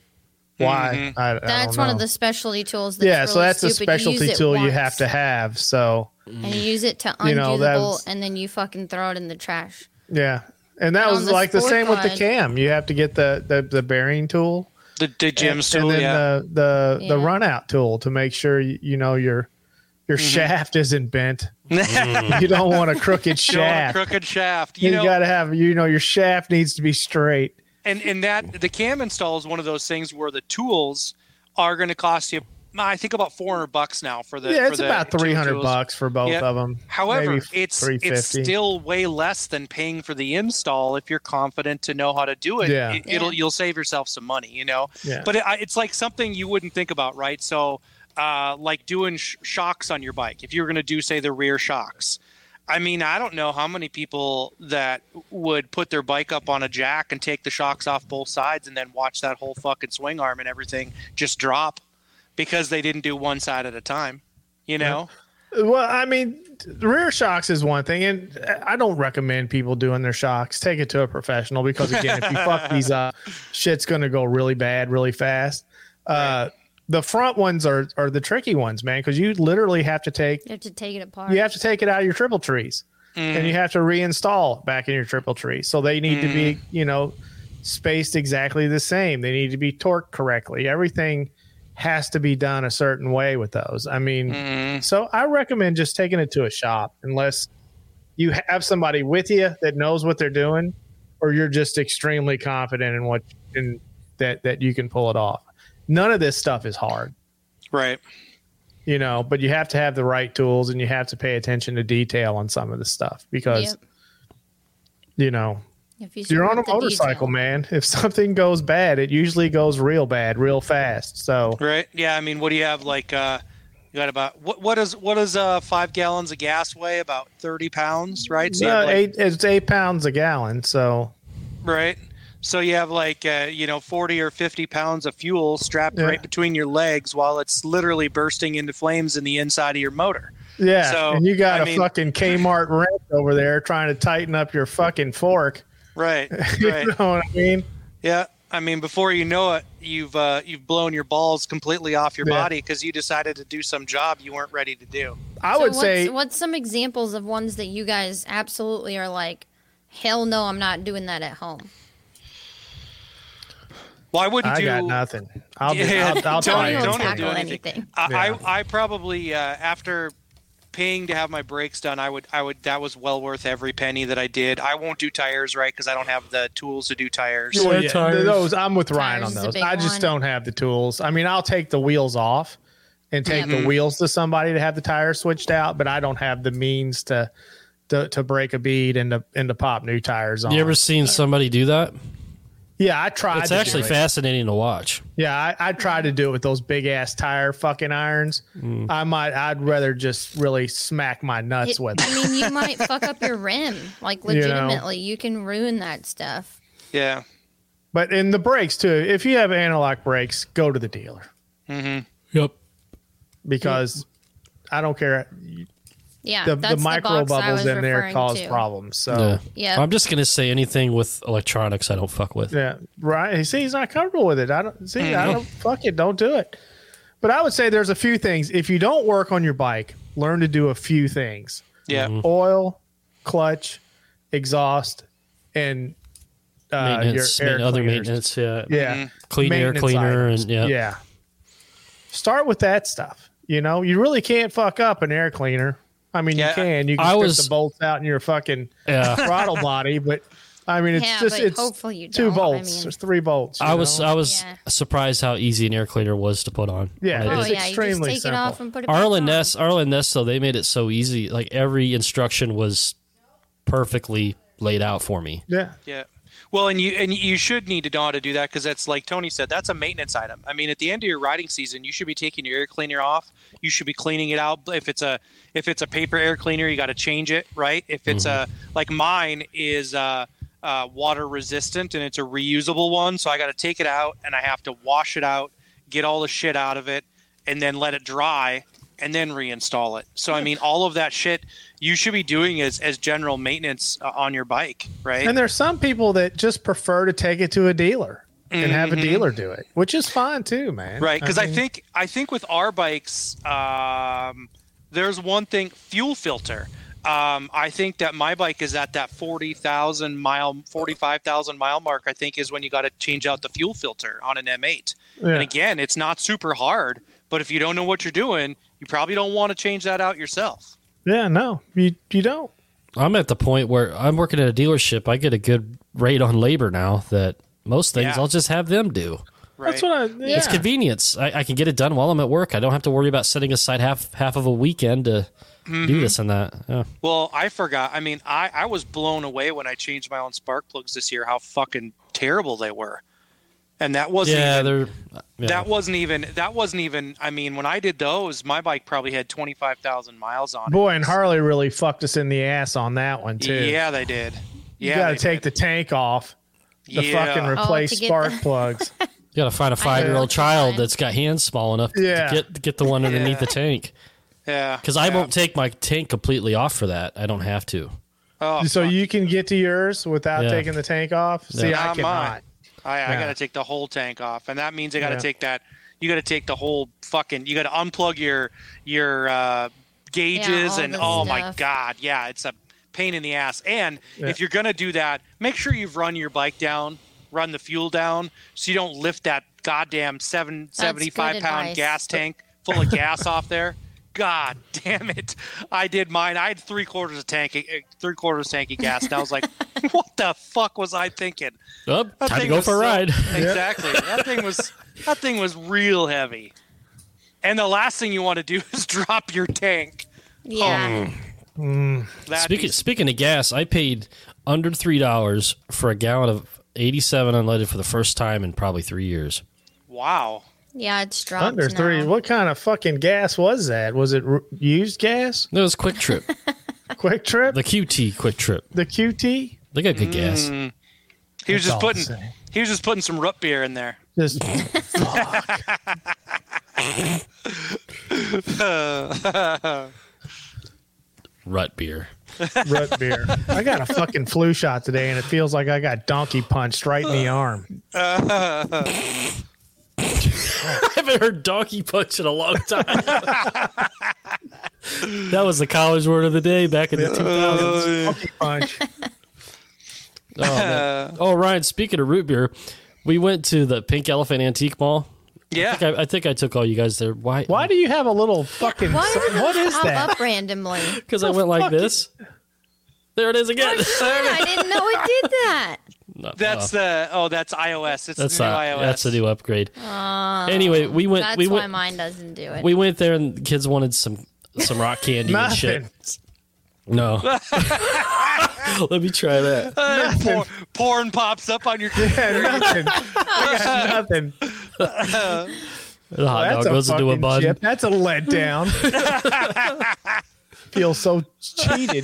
Speaker 2: Mm-hmm.
Speaker 4: Why? I, I don't
Speaker 3: that's one of
Speaker 4: know.
Speaker 3: the specialty tools that's
Speaker 4: yeah. so
Speaker 3: really
Speaker 4: that's a
Speaker 3: stupid. You use
Speaker 4: specialty
Speaker 3: it
Speaker 4: tool you
Speaker 3: once
Speaker 4: have to have. So
Speaker 3: and you use it to undo
Speaker 4: You know,
Speaker 3: the
Speaker 4: that's-
Speaker 3: bolt and then you fucking throw it in the trash
Speaker 4: yeah, and that
Speaker 3: And
Speaker 4: was
Speaker 3: on the
Speaker 4: like the
Speaker 3: sport
Speaker 4: same with the
Speaker 3: glide-
Speaker 4: cam. You have to get the the, the bearing tool.
Speaker 2: The, the gym's
Speaker 4: and
Speaker 2: tool,
Speaker 4: then uh,
Speaker 2: yeah.
Speaker 4: the the the
Speaker 3: Yeah.
Speaker 4: run out tool to make sure you, you know your your
Speaker 2: Mm-hmm.
Speaker 4: shaft isn't bent. you don't want a
Speaker 2: Mm. Don't want a
Speaker 4: crooked shaft.
Speaker 2: crooked shaft.
Speaker 4: you
Speaker 2: You, know,
Speaker 4: got to have you know your shaft needs to be straight.
Speaker 2: and and that the cam install is one of those things where the tools are going to cost you. I think about four hundred bucks now for the.
Speaker 4: yeah,
Speaker 2: for
Speaker 4: it's
Speaker 2: the
Speaker 4: about
Speaker 2: two
Speaker 4: three hundred
Speaker 2: tools.
Speaker 4: bucks for both
Speaker 2: Yeah.
Speaker 4: of them.
Speaker 2: However,
Speaker 4: Maybe
Speaker 2: it's it's
Speaker 4: 350.
Speaker 2: still way less than paying for the install if you're confident to know how to do it.
Speaker 4: Yeah.
Speaker 2: It, will
Speaker 3: Yeah.
Speaker 2: you'll save yourself some money, you know.
Speaker 4: Yeah.
Speaker 2: But it, I- it's like something you wouldn't think about, right? So, uh, like doing sh- shocks on your bike. If you were going to do, say, the rear shocks, I mean, I don't know how many people that would put their bike up on a jack and take the shocks off both sides and then watch that whole fucking swing arm and everything just drop because they didn't do one side at a time, you know.
Speaker 4: Well, I mean, rear shocks is one thing, and I don't recommend people doing their shocks. Take it to a professional because again, if you fuck these up, shit's gonna go really bad really fast. Uh, the front ones are are the tricky ones, man, because you literally have to take
Speaker 3: You have to take it apart.
Speaker 4: you have to take it out of your triple trees and you have to reinstall back in your triple tree. So they need to be, you know, spaced exactly the same. They need to be torqued correctly. Everything has to be done a certain way with those. I mean, so I recommend just taking it to a shop unless you have somebody with you that knows what they're doing or you're just extremely confident in what in that that you can pull it off. None of this stuff is hard
Speaker 2: Right.
Speaker 4: you know but you have to have the right tools and you have to pay attention to detail on some of the stuff because
Speaker 3: Yep.
Speaker 4: you know
Speaker 3: If you
Speaker 4: you're on a
Speaker 3: support the
Speaker 4: motorcycle
Speaker 3: detail.
Speaker 4: man if something goes bad it usually goes real bad real fast so
Speaker 2: Right. Yeah. I mean, what do you have? Like, uh, you got about what? What is what is uh five gallons of gas weigh? About thirty pounds, right? you
Speaker 4: no,
Speaker 2: have, like-
Speaker 4: eight, it's eight pounds a gallon so
Speaker 2: Right. So you have like uh, you know forty or fifty pounds of fuel strapped
Speaker 4: Yeah.
Speaker 2: right between your legs while it's literally bursting into flames in the inside of your motor.
Speaker 4: yeah
Speaker 2: So,
Speaker 4: and you got
Speaker 2: I
Speaker 4: a
Speaker 2: mean-
Speaker 4: fucking kmart wrench over there trying to tighten up your fucking fork
Speaker 2: Right.
Speaker 4: you
Speaker 2: Right.
Speaker 4: know what i mean
Speaker 2: yeah. I mean, before you know it, you've uh, you've blown your balls completely off your
Speaker 4: Yeah.
Speaker 2: body because you decided to do some job you weren't ready to do.
Speaker 4: i
Speaker 3: So
Speaker 4: would
Speaker 3: what's,
Speaker 4: say
Speaker 3: what's some examples of ones that you guys absolutely are like, hell no, I'm not doing that at home.
Speaker 2: Well, I wouldn't
Speaker 4: i
Speaker 2: do.
Speaker 4: got nothing i'll be
Speaker 2: Yeah,
Speaker 4: i'll, I'll
Speaker 2: don't
Speaker 4: try
Speaker 3: even
Speaker 4: it.
Speaker 3: Don't
Speaker 2: even
Speaker 3: tackle anything.
Speaker 2: I,
Speaker 4: Yeah.
Speaker 2: I, I probably uh, after paying to have my brakes done, I would I would that was well worth every penny that I did. I won't do tires right because I don't have the tools to do tires.
Speaker 4: Well,
Speaker 1: Sweat
Speaker 4: yeah,
Speaker 1: tires.
Speaker 4: those I'm with Ryan
Speaker 3: Tires is
Speaker 4: on
Speaker 3: a
Speaker 4: those.
Speaker 3: big
Speaker 4: I just
Speaker 3: one.
Speaker 4: don't have the tools. I mean, I'll take the wheels off and take
Speaker 3: Mm-hmm.
Speaker 4: the wheels to somebody to have the tires switched out, but I don't have the means to to, to break a bead and to and to pop new tires on.
Speaker 1: You ever seen somebody do that?
Speaker 4: yeah, I tried.
Speaker 1: It's
Speaker 4: to do
Speaker 1: actually
Speaker 4: it.
Speaker 1: fascinating to watch.
Speaker 4: Yeah, I, I tried to do it with those big ass tire fucking irons.
Speaker 1: Mm.
Speaker 4: I might. I'd rather just really smack my nuts
Speaker 3: It-
Speaker 4: with it.
Speaker 3: I mean, you might fuck up your rim. Like,
Speaker 4: know.
Speaker 3: legitimately, you can ruin that stuff.
Speaker 2: Yeah.
Speaker 4: But in the brakes too. If you have analog brakes, go to the dealer
Speaker 1: Yep.
Speaker 4: because I don't care.
Speaker 3: Yeah,
Speaker 4: The, the
Speaker 3: that's
Speaker 4: micro
Speaker 3: box I
Speaker 4: bubbles
Speaker 3: was
Speaker 4: in there
Speaker 3: referring
Speaker 4: cause
Speaker 3: to.
Speaker 4: problems. So.
Speaker 1: Yeah.
Speaker 3: Yep.
Speaker 1: I'm just gonna say anything with electronics I don't fuck with.
Speaker 4: Yeah, right. He see, he's not comfortable with it. I don't see. I don't
Speaker 3: Mm-hmm.
Speaker 4: fuck it. Don't do it. But I would say there's a few things. If you don't work on your bike, learn to do a few things:
Speaker 2: Yeah.
Speaker 1: Mm-hmm.
Speaker 4: oil, clutch, exhaust, and uh,
Speaker 1: Maintenance,
Speaker 4: your air
Speaker 1: main- other
Speaker 4: cleaners.
Speaker 1: maintenance, yeah.
Speaker 4: Yeah,
Speaker 2: Mm-hmm.
Speaker 1: Clean air
Speaker 4: Maintenance
Speaker 1: cleaner
Speaker 4: items.
Speaker 1: and yeah.
Speaker 4: yeah. Start with that stuff. You know, you really can't fuck up an air cleaner. I mean,
Speaker 2: Yeah,
Speaker 4: you can. You can
Speaker 1: I
Speaker 4: strip
Speaker 1: was-
Speaker 4: the bolts out in your fucking
Speaker 1: Yeah.
Speaker 4: throttle body, but I mean, it's
Speaker 3: Yeah,
Speaker 4: just
Speaker 3: but
Speaker 4: it's
Speaker 3: hopefully you
Speaker 4: 2
Speaker 3: don't. I
Speaker 4: bolts
Speaker 3: mean-
Speaker 4: or three bolts. you
Speaker 1: I was
Speaker 4: know?
Speaker 1: I was
Speaker 3: Yeah.
Speaker 1: surprised how easy an air cleaner was to put on.
Speaker 4: Yeah,
Speaker 1: When I
Speaker 4: it
Speaker 1: did
Speaker 3: Oh,
Speaker 4: It's
Speaker 3: yeah, you just
Speaker 4: extremely
Speaker 3: take it off
Speaker 4: simple.
Speaker 3: and put it back
Speaker 1: Arlen
Speaker 3: on.
Speaker 1: Ness, Arlen Ness, though they made it so easy. Like every instruction was perfectly laid out for me.
Speaker 4: yeah.
Speaker 2: Yeah. Well, and you and you should need to know how to do that because that's like Tony said, that's a maintenance item. I mean, at the end of your riding season, you should be taking your air cleaner off. You should be cleaning it out. If it's a if it's a paper air cleaner, you got to change it, right? If it's a like mine is uh, uh, water resistant and it's a reusable one, so I got to take it out and I have to wash it out, get all the shit out of it, and then let it dry and then reinstall it. So I mean, all of that shit you should be doing as as general maintenance uh, on your bike, right?
Speaker 4: And there's some people that just prefer to take it to a dealer and have a dealer do it, which is fine too, man.
Speaker 2: Mm-hmm. right because I,
Speaker 4: mean,
Speaker 2: think i think with our bikes um, there's one thing fuel filter um, i think that my bike is at that 40000 mile 45000 mile mark i think is when you got to change out the fuel filter on an m8
Speaker 4: Yeah.
Speaker 2: and again it's not super hard but if you don't know what you're doing you probably don't want to change that out yourself
Speaker 4: Yeah, no, you you don't.
Speaker 1: I'm at the point where I'm working at a dealership. I get a good rate on labor now that most things
Speaker 2: Yeah.
Speaker 1: I'll just have them do.
Speaker 2: right
Speaker 4: That's what I. Yeah.
Speaker 1: It's convenience. I, I can get it done while I'm at work. I don't have to worry about setting aside half half of a weekend to
Speaker 4: Mm-hmm.
Speaker 1: do this and that. Yeah.
Speaker 2: Well, I forgot. I mean, I, I was blown away when I changed my own spark plugs this year. How fucking terrible they were, and that wasn't
Speaker 1: Yeah,
Speaker 2: even,
Speaker 1: they're yeah.
Speaker 2: that wasn't even that wasn't even. I mean, when I did those, my bike probably had twenty five thousand miles on it.
Speaker 4: Boy, and Harley really fucked us in the ass on that one too.
Speaker 2: Yeah, they did.
Speaker 4: you
Speaker 2: Yeah,
Speaker 4: got
Speaker 2: they
Speaker 4: to take the tank off,
Speaker 2: did.
Speaker 4: the
Speaker 2: yeah.
Speaker 4: fucking
Speaker 3: Oh, to
Speaker 4: replace
Speaker 3: get
Speaker 4: spark
Speaker 3: the-
Speaker 4: plugs.
Speaker 1: You gotta find a five year old
Speaker 3: know what you
Speaker 1: child
Speaker 3: mean.
Speaker 1: that's got hands small enough to
Speaker 4: Yeah.
Speaker 1: get get the one underneath the
Speaker 2: Yeah.
Speaker 1: tank.
Speaker 2: Yeah.
Speaker 1: because I won't take my tank completely off for that. I don't have to.
Speaker 2: Oh,
Speaker 4: so you can get to yours without
Speaker 1: Yeah.
Speaker 4: taking the tank off. See,
Speaker 1: Yeah.
Speaker 2: Not
Speaker 4: I
Speaker 2: mine.
Speaker 4: cannot.
Speaker 2: I, I
Speaker 4: Yeah.
Speaker 2: got to take the whole tank off, and that means I got to
Speaker 4: Yeah.
Speaker 2: take that. You got to take the whole fucking. You got to unplug your your uh, gauges
Speaker 3: all
Speaker 2: and
Speaker 3: the
Speaker 2: oh my
Speaker 3: stuff.
Speaker 2: god, yeah, it's a pain in the ass. And
Speaker 4: Yeah.
Speaker 2: if you're gonna do that, make sure you've run your bike down, run the fuel down, so you don't lift that goddamn seven seventy five
Speaker 3: good
Speaker 2: pound
Speaker 3: advice.
Speaker 2: gas tank full of gas off there. God damn it! I did mine. I had three quarters of tank, eh, three quarters tank of gas, and I was like, "What the fuck was I thinking?"
Speaker 1: Oh,
Speaker 2: That
Speaker 1: time to
Speaker 2: thing
Speaker 1: go
Speaker 2: was
Speaker 1: for a
Speaker 2: so-
Speaker 1: ride.
Speaker 2: Exactly. that thing was that thing was real heavy. And the last thing you want to do is drop your tank.
Speaker 3: Yeah.
Speaker 2: That
Speaker 1: Speaking speaking of gas, I paid under three dollars for a gallon of eighty-seven unleaded for the first time in probably three years.
Speaker 2: wow.
Speaker 3: Yeah, it's dropped.
Speaker 4: Under
Speaker 3: now.
Speaker 4: three. What kind of fucking gas was that? Was it r- used gas?
Speaker 1: No, it's Quick Trip,
Speaker 4: Quick Trip?
Speaker 1: the QT Quick Trip.
Speaker 4: the QT?
Speaker 1: They got good gas.
Speaker 2: Mm. He was
Speaker 4: That's
Speaker 2: just
Speaker 4: all I'm
Speaker 2: putting
Speaker 4: saying.
Speaker 2: he was just putting some root beer in there.
Speaker 4: Just
Speaker 1: Rut beer.
Speaker 4: root beer. I got a fucking flu shot today, and it feels like I got donkey punched right in the arm.
Speaker 1: I haven't heard donkey punch in a long time. that was the college word of the day back in the
Speaker 2: Oh,
Speaker 1: 2000s.
Speaker 4: Donkey punch.
Speaker 1: Oh, man. oh, Ryan, speaking of root beer, we went to the Pink Elephant Antique Mall. I
Speaker 2: Yeah.
Speaker 1: think I, I think I took all you guys there. Why?
Speaker 4: Why do you have a little fucking?
Speaker 3: Why do those
Speaker 4: what is
Speaker 3: pop
Speaker 4: that?
Speaker 3: up randomly?
Speaker 1: Because I went like this. There it is again.
Speaker 3: I didn't know it did that.
Speaker 2: That's the oh that's iOS. It's
Speaker 1: uh, That's
Speaker 2: the new
Speaker 1: not,
Speaker 2: iOS.
Speaker 1: That's a new upgrade. anyway, we went.
Speaker 3: Oh, That's
Speaker 1: we
Speaker 3: why
Speaker 1: went.
Speaker 3: mine doesn't do it.
Speaker 1: we went there, and the kids wanted some some rock candy and shit.
Speaker 4: Nothing.
Speaker 1: No. Let me try that.
Speaker 2: Uh, por- porn pops up on your
Speaker 4: nothing. I got nothing.
Speaker 1: The hot
Speaker 4: Oh, That's
Speaker 1: dog goes into a
Speaker 4: fucking
Speaker 1: bun.
Speaker 4: chip. That's a letdown. Feel so cheated.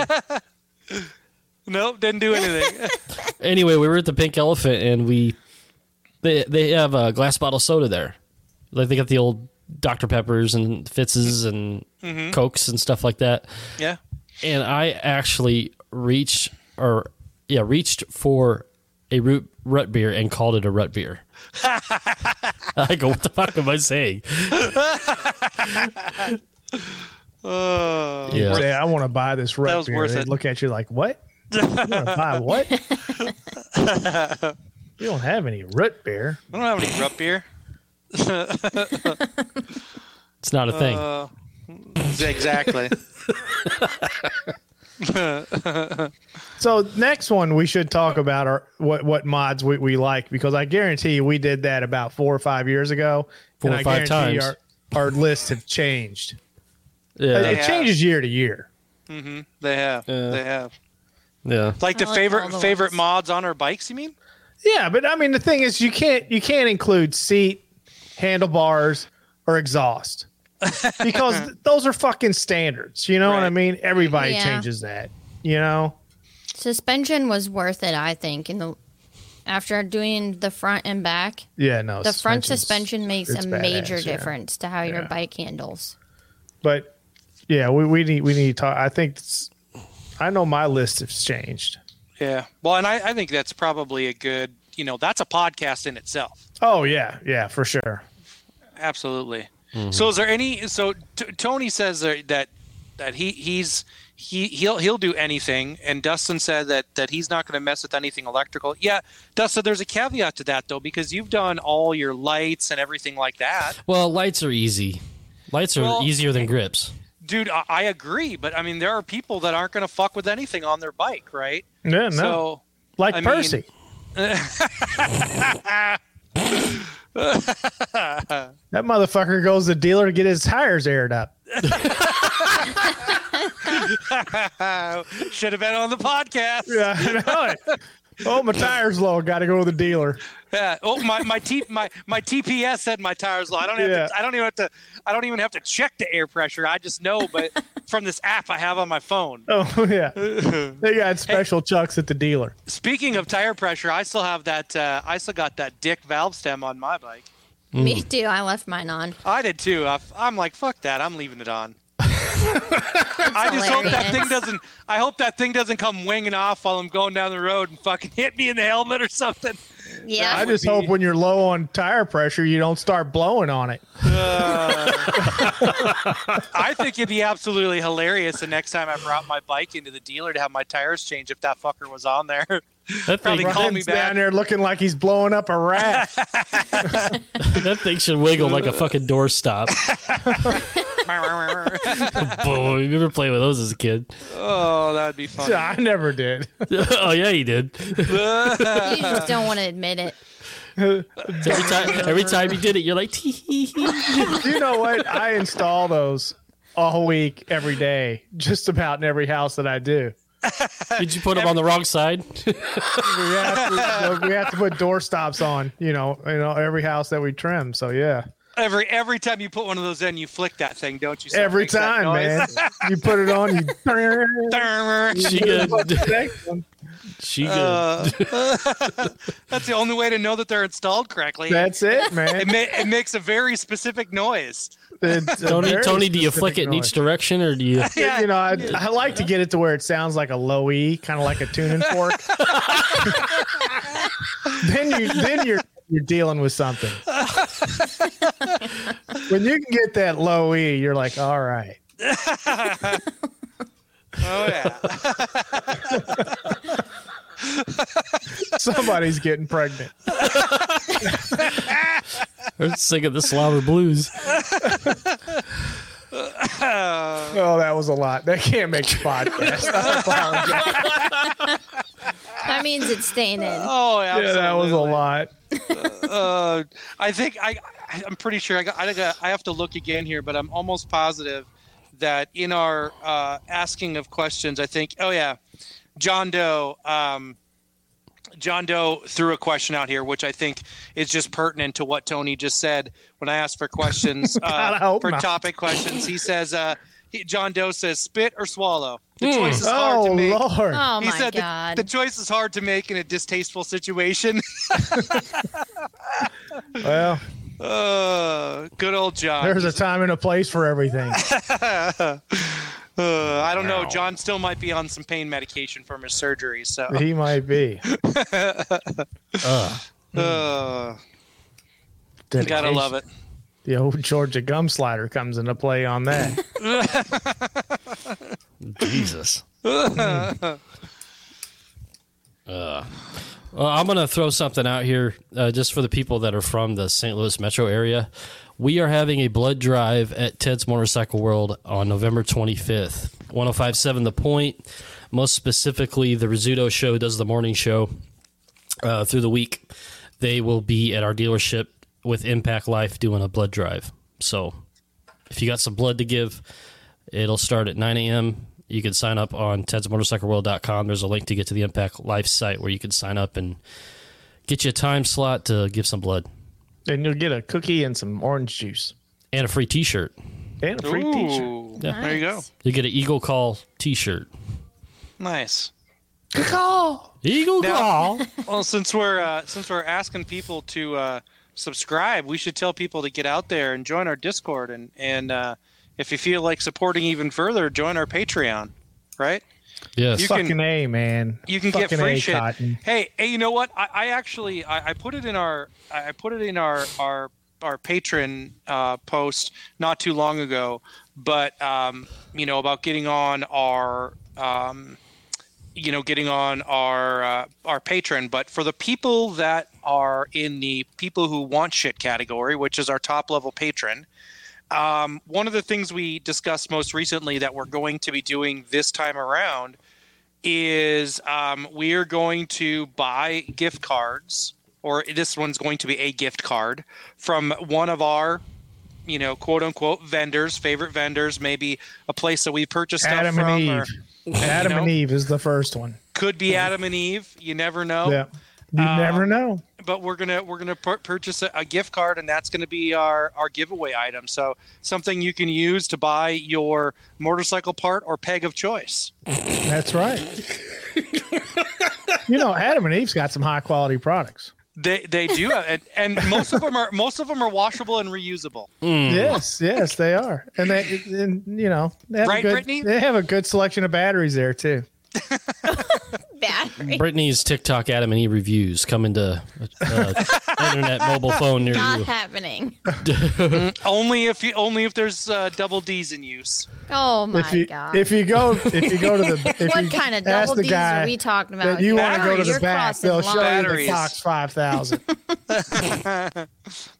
Speaker 2: Nope, didn't do anything.
Speaker 1: Anyway, we were at the Pink Elephant, and we they they have a glass bottle soda there. Like they got the old Dr Peppers and Fitzes and
Speaker 2: Mm-hmm.
Speaker 1: Cokes and stuff like that.
Speaker 2: yeah.
Speaker 1: and I actually reached or yeah reached for a root rut beer and called it a rut beer. I go, what the fuck am I saying?
Speaker 2: Uh,
Speaker 1: Yeah,
Speaker 4: Say, I want to buy this red
Speaker 2: That was
Speaker 4: beer.
Speaker 2: worth
Speaker 4: They'd
Speaker 2: it.
Speaker 4: Look at you like what? You want to buy what? you don't have any root beer.
Speaker 2: I don't have any root beer.
Speaker 1: it's not a thing.
Speaker 2: Uh, exactly.
Speaker 4: So next one we should talk about are what what mods we, we like because I guarantee you we did that about four or five years ago.
Speaker 1: Four
Speaker 4: and
Speaker 1: or five
Speaker 4: I guarantee you
Speaker 1: times.
Speaker 4: Our, our lists have changed.
Speaker 1: yeah,
Speaker 4: It
Speaker 2: Yeah.
Speaker 4: changes year to year.
Speaker 2: They have.
Speaker 1: Yeah.
Speaker 2: They have.
Speaker 1: yeah.
Speaker 2: Like the
Speaker 3: I like all
Speaker 2: favorite
Speaker 3: the
Speaker 2: favorite
Speaker 3: ones.
Speaker 2: mods on our bikes, you mean?
Speaker 4: Yeah, but I mean the thing is you can't you can't include seat, handlebars, or exhaust. because th- those are fucking standards. You know what I
Speaker 2: Right.
Speaker 4: mean? Everybody
Speaker 3: Yeah.
Speaker 4: changes that. You know?
Speaker 3: Suspension was worth it, I think. In the after doing the front and back,
Speaker 4: Yeah, no.
Speaker 3: the front
Speaker 4: suspension's-
Speaker 3: suspension makes
Speaker 4: it's
Speaker 3: a major
Speaker 4: badass, yeah.
Speaker 3: difference to how your
Speaker 4: Yeah.
Speaker 3: bike handles.
Speaker 4: But yeah, we, we need we need to talk I think it's, I know my list has changed.
Speaker 2: Yeah. Well, and I, I think that's probably a good, you know, that's a podcast in itself.
Speaker 4: Oh yeah, yeah, for sure.
Speaker 2: Absolutely.
Speaker 4: Mm-hmm.
Speaker 2: So is there any so t- Tony says there- that that he he's he he'll he'll do anything and Dustin said that that he's not going to mess with anything electrical. Yeah, Dustin, there's a caveat to that though because you've done all your lights and everything like that.
Speaker 1: Well, lights are easy. Lights are
Speaker 2: Well-
Speaker 1: easier than grips.
Speaker 2: Dude, I, I agree, but I mean there are people that aren't going to fuck with anything on their bike, right?
Speaker 4: Yeah, no,
Speaker 2: So
Speaker 4: like
Speaker 2: I mean-
Speaker 4: Percy. that motherfucker goes to the dealer to get his tires aired up.
Speaker 2: should have uh, been on the podcast.
Speaker 4: Yeah, I know it. Oh, my tires low. Got to go to the dealer.
Speaker 2: Yeah. Oh, my my T, my my TPS said my tires low. I don't have
Speaker 4: Yeah.
Speaker 2: to, I don't even have to I don't even have to check the air pressure. I just know, but from this app I have on my phone.
Speaker 4: Oh yeah, they got special chucks at the dealer.
Speaker 2: Speaking of tire pressure, I still have that. Uh, I still got that dick valve stem on my bike.
Speaker 4: Mm.
Speaker 3: Me too. I left mine on.
Speaker 2: I did too. I, am like, fuck that. I'm leaving it on. I just hope that
Speaker 3: hilarious.
Speaker 2: thing doesn't. I hope that thing doesn't come winging off while I'm going down the road and fucking hit me in the helmet or something.
Speaker 3: Yeah.
Speaker 4: I
Speaker 2: would
Speaker 4: just
Speaker 2: be-
Speaker 4: hope when you're low on tire pressure, you don't start blowing on it.
Speaker 2: I think it'd be absolutely hilarious the next time I brought my bike into the dealer to have my tires changed if that fucker was on there.
Speaker 1: That
Speaker 2: Probably
Speaker 1: thing,
Speaker 2: call me
Speaker 4: Ryan's
Speaker 2: back.
Speaker 4: down there looking like he's blowing up a rat.
Speaker 1: that thing should wiggle like a fucking doorstop. Boy, Oh, you ever play with those as a kid?
Speaker 2: oh, that'd be funny.
Speaker 4: I never did.
Speaker 1: oh yeah, you did.
Speaker 3: you just don't want to admit it.
Speaker 1: Every time, every time you did it, you're like, tee hee hee.
Speaker 4: you know what? I install those all week, every day, just about in every house that I do.
Speaker 1: Did you put them on the wrong side?
Speaker 4: We have to, we have to put door stops on, you know, you know, every house that we trim. So yeah,
Speaker 2: Every every time you put one of those in, you flick that thing, don't you? So it
Speaker 4: every
Speaker 2: makes that
Speaker 4: time, man,
Speaker 2: noise.
Speaker 4: you put it on, you.
Speaker 1: She good.
Speaker 4: Next one.
Speaker 1: She good.
Speaker 2: Uh, that's the only way to know that they're installed correctly.
Speaker 4: That's it,
Speaker 2: it,
Speaker 4: man.
Speaker 2: ma- it makes a very specific noise.
Speaker 4: It's a
Speaker 1: Tony,
Speaker 4: very
Speaker 1: Tony, do you
Speaker 4: specific
Speaker 1: flick it in
Speaker 4: noise.
Speaker 1: each direction, or do you?
Speaker 4: You know, I, I like to get it to where it sounds like a low E, kind of like a tuning fork. then you then you're you're dealing with something. when you can get that low E, you're like, all right.
Speaker 2: Oh yeah.
Speaker 4: Somebody's getting pregnant.
Speaker 1: Or sing of the slobber blues.
Speaker 4: Oh, that was a lot. That can't make the podcast. I apologize.
Speaker 3: That means it's staying in.
Speaker 2: Oh yeah.
Speaker 4: Yeah, that was a
Speaker 2: absolutely.
Speaker 4: lot.
Speaker 2: Uh, I think I, I- I'm pretty sure I got, I got. I have to look again here, but I'm almost positive that in our uh, asking of questions, I think. Oh yeah, John Doe. Um, John Doe threw a question out here, which I think is just pertinent to what Tony just said. When I asked for questions
Speaker 4: God, I
Speaker 2: uh,
Speaker 4: hope
Speaker 2: for
Speaker 4: not.
Speaker 2: topic questions, he says, uh, he, John Doe says, spit or swallow. The choice is hard
Speaker 4: Oh
Speaker 2: to make.
Speaker 4: Lord.
Speaker 3: Hmm. Oh
Speaker 2: he
Speaker 3: my
Speaker 2: said the-
Speaker 3: god.
Speaker 2: the choice is hard to make in a distasteful situation.
Speaker 4: Well,
Speaker 2: Uh, good old John.
Speaker 4: there's a time and a place for everything.
Speaker 2: Uh, I don't know. John still might be on some pain medication from his surgery. So,
Speaker 4: He might be.
Speaker 2: uh, you gotta
Speaker 4: Dedication.
Speaker 2: love it.
Speaker 4: The old Georgia gum slider comes into play on that.
Speaker 1: Jesus. Uh, well, I'm going to throw something out here uh, just for the people that are from the St. Louis metro area. We are having a blood drive at Ted's Motorcycle World on November 25th. 1057 The Point. Most specifically, the Rizzuto show does the morning show uh, through the week. They will be at our dealership with Impact Life doing a blood drive. So if you got some blood to give, It'll start at 9 a.m. You can sign up on tedsmotorcycleworld.com. There's a link to get to the Impact Life site where you can sign up and get you a time slot to give some blood
Speaker 4: and you'll get a cookie and some orange juice
Speaker 1: and a free T-shirt.
Speaker 4: and a free T-shirt.
Speaker 2: Ooh, There you go.
Speaker 3: Nice.
Speaker 1: You get an Eagle Call T-shirt.
Speaker 2: Nice.
Speaker 1: Eagle
Speaker 2: Now-
Speaker 1: Call.
Speaker 2: Well, since we're uh, since we're asking people to uh, subscribe, we should tell people to get out there and join our Discord. And and uh, if you feel like supporting even further, join our Patreon. Right?
Speaker 1: yes.
Speaker 2: You can-
Speaker 4: Fucking a man.
Speaker 2: you can
Speaker 4: Fucking
Speaker 2: get free
Speaker 4: a,
Speaker 2: shit.
Speaker 4: Cotton.
Speaker 2: Hey, hey, you know what? I, I actually I, I put it in our I I put it in our our our patron uh, post not too long ago, but um, you know about getting on our um, you know getting on our uh, our patron. But for the people that are in the people who want shit category, which is our top level patron, um, one of the things we discussed most recently that we're going to be doing this time around is um, we are going to buy gift cards, or this one's going to be a gift card from one of our, you know, quote unquote vendors, favorite vendors, maybe a place that we purchased stuff
Speaker 4: Adam
Speaker 2: from, uh,
Speaker 4: and
Speaker 2: or
Speaker 4: Eve. Adam and Eve is the first one.
Speaker 2: could be Adam and Eve. You never know.
Speaker 4: Yeah. You
Speaker 2: Uh,
Speaker 4: never know.
Speaker 2: But we're gonna we're gonna pur- purchase a, a gift card, and that's gonna be our our giveaway item. So something you can use to buy your motorcycle part or peg of choice.
Speaker 4: That's right. you know, Adam and Eve's got some high quality products.
Speaker 2: They they do, uh, and, and most of them are most of them are washable and reusable.
Speaker 4: Yes, yes, they are, and they, and you know, they have
Speaker 2: Right,
Speaker 4: a good,
Speaker 2: Brittany?
Speaker 4: They have a good selection of batteries there too.
Speaker 3: Battery.
Speaker 1: Brittany's TikTok Adam and Eve reviews coming to uh, internet mobile phone near
Speaker 3: Not
Speaker 1: you.
Speaker 3: happening.
Speaker 2: Only if you only if there's uh, double D's in use.
Speaker 3: Oh my
Speaker 4: if you
Speaker 3: god.
Speaker 4: if you go if you go to the if
Speaker 3: what
Speaker 4: you
Speaker 3: kind of
Speaker 4: ask
Speaker 3: double
Speaker 4: the
Speaker 3: D's
Speaker 4: guy
Speaker 3: are we talking about?
Speaker 4: that you
Speaker 3: here?
Speaker 4: want to go to
Speaker 2: Batteries.
Speaker 4: the
Speaker 3: You're
Speaker 4: back,
Speaker 3: crossing
Speaker 4: they'll
Speaker 3: lines.
Speaker 4: show you
Speaker 2: Batteries.
Speaker 4: the Fox Five Thousand.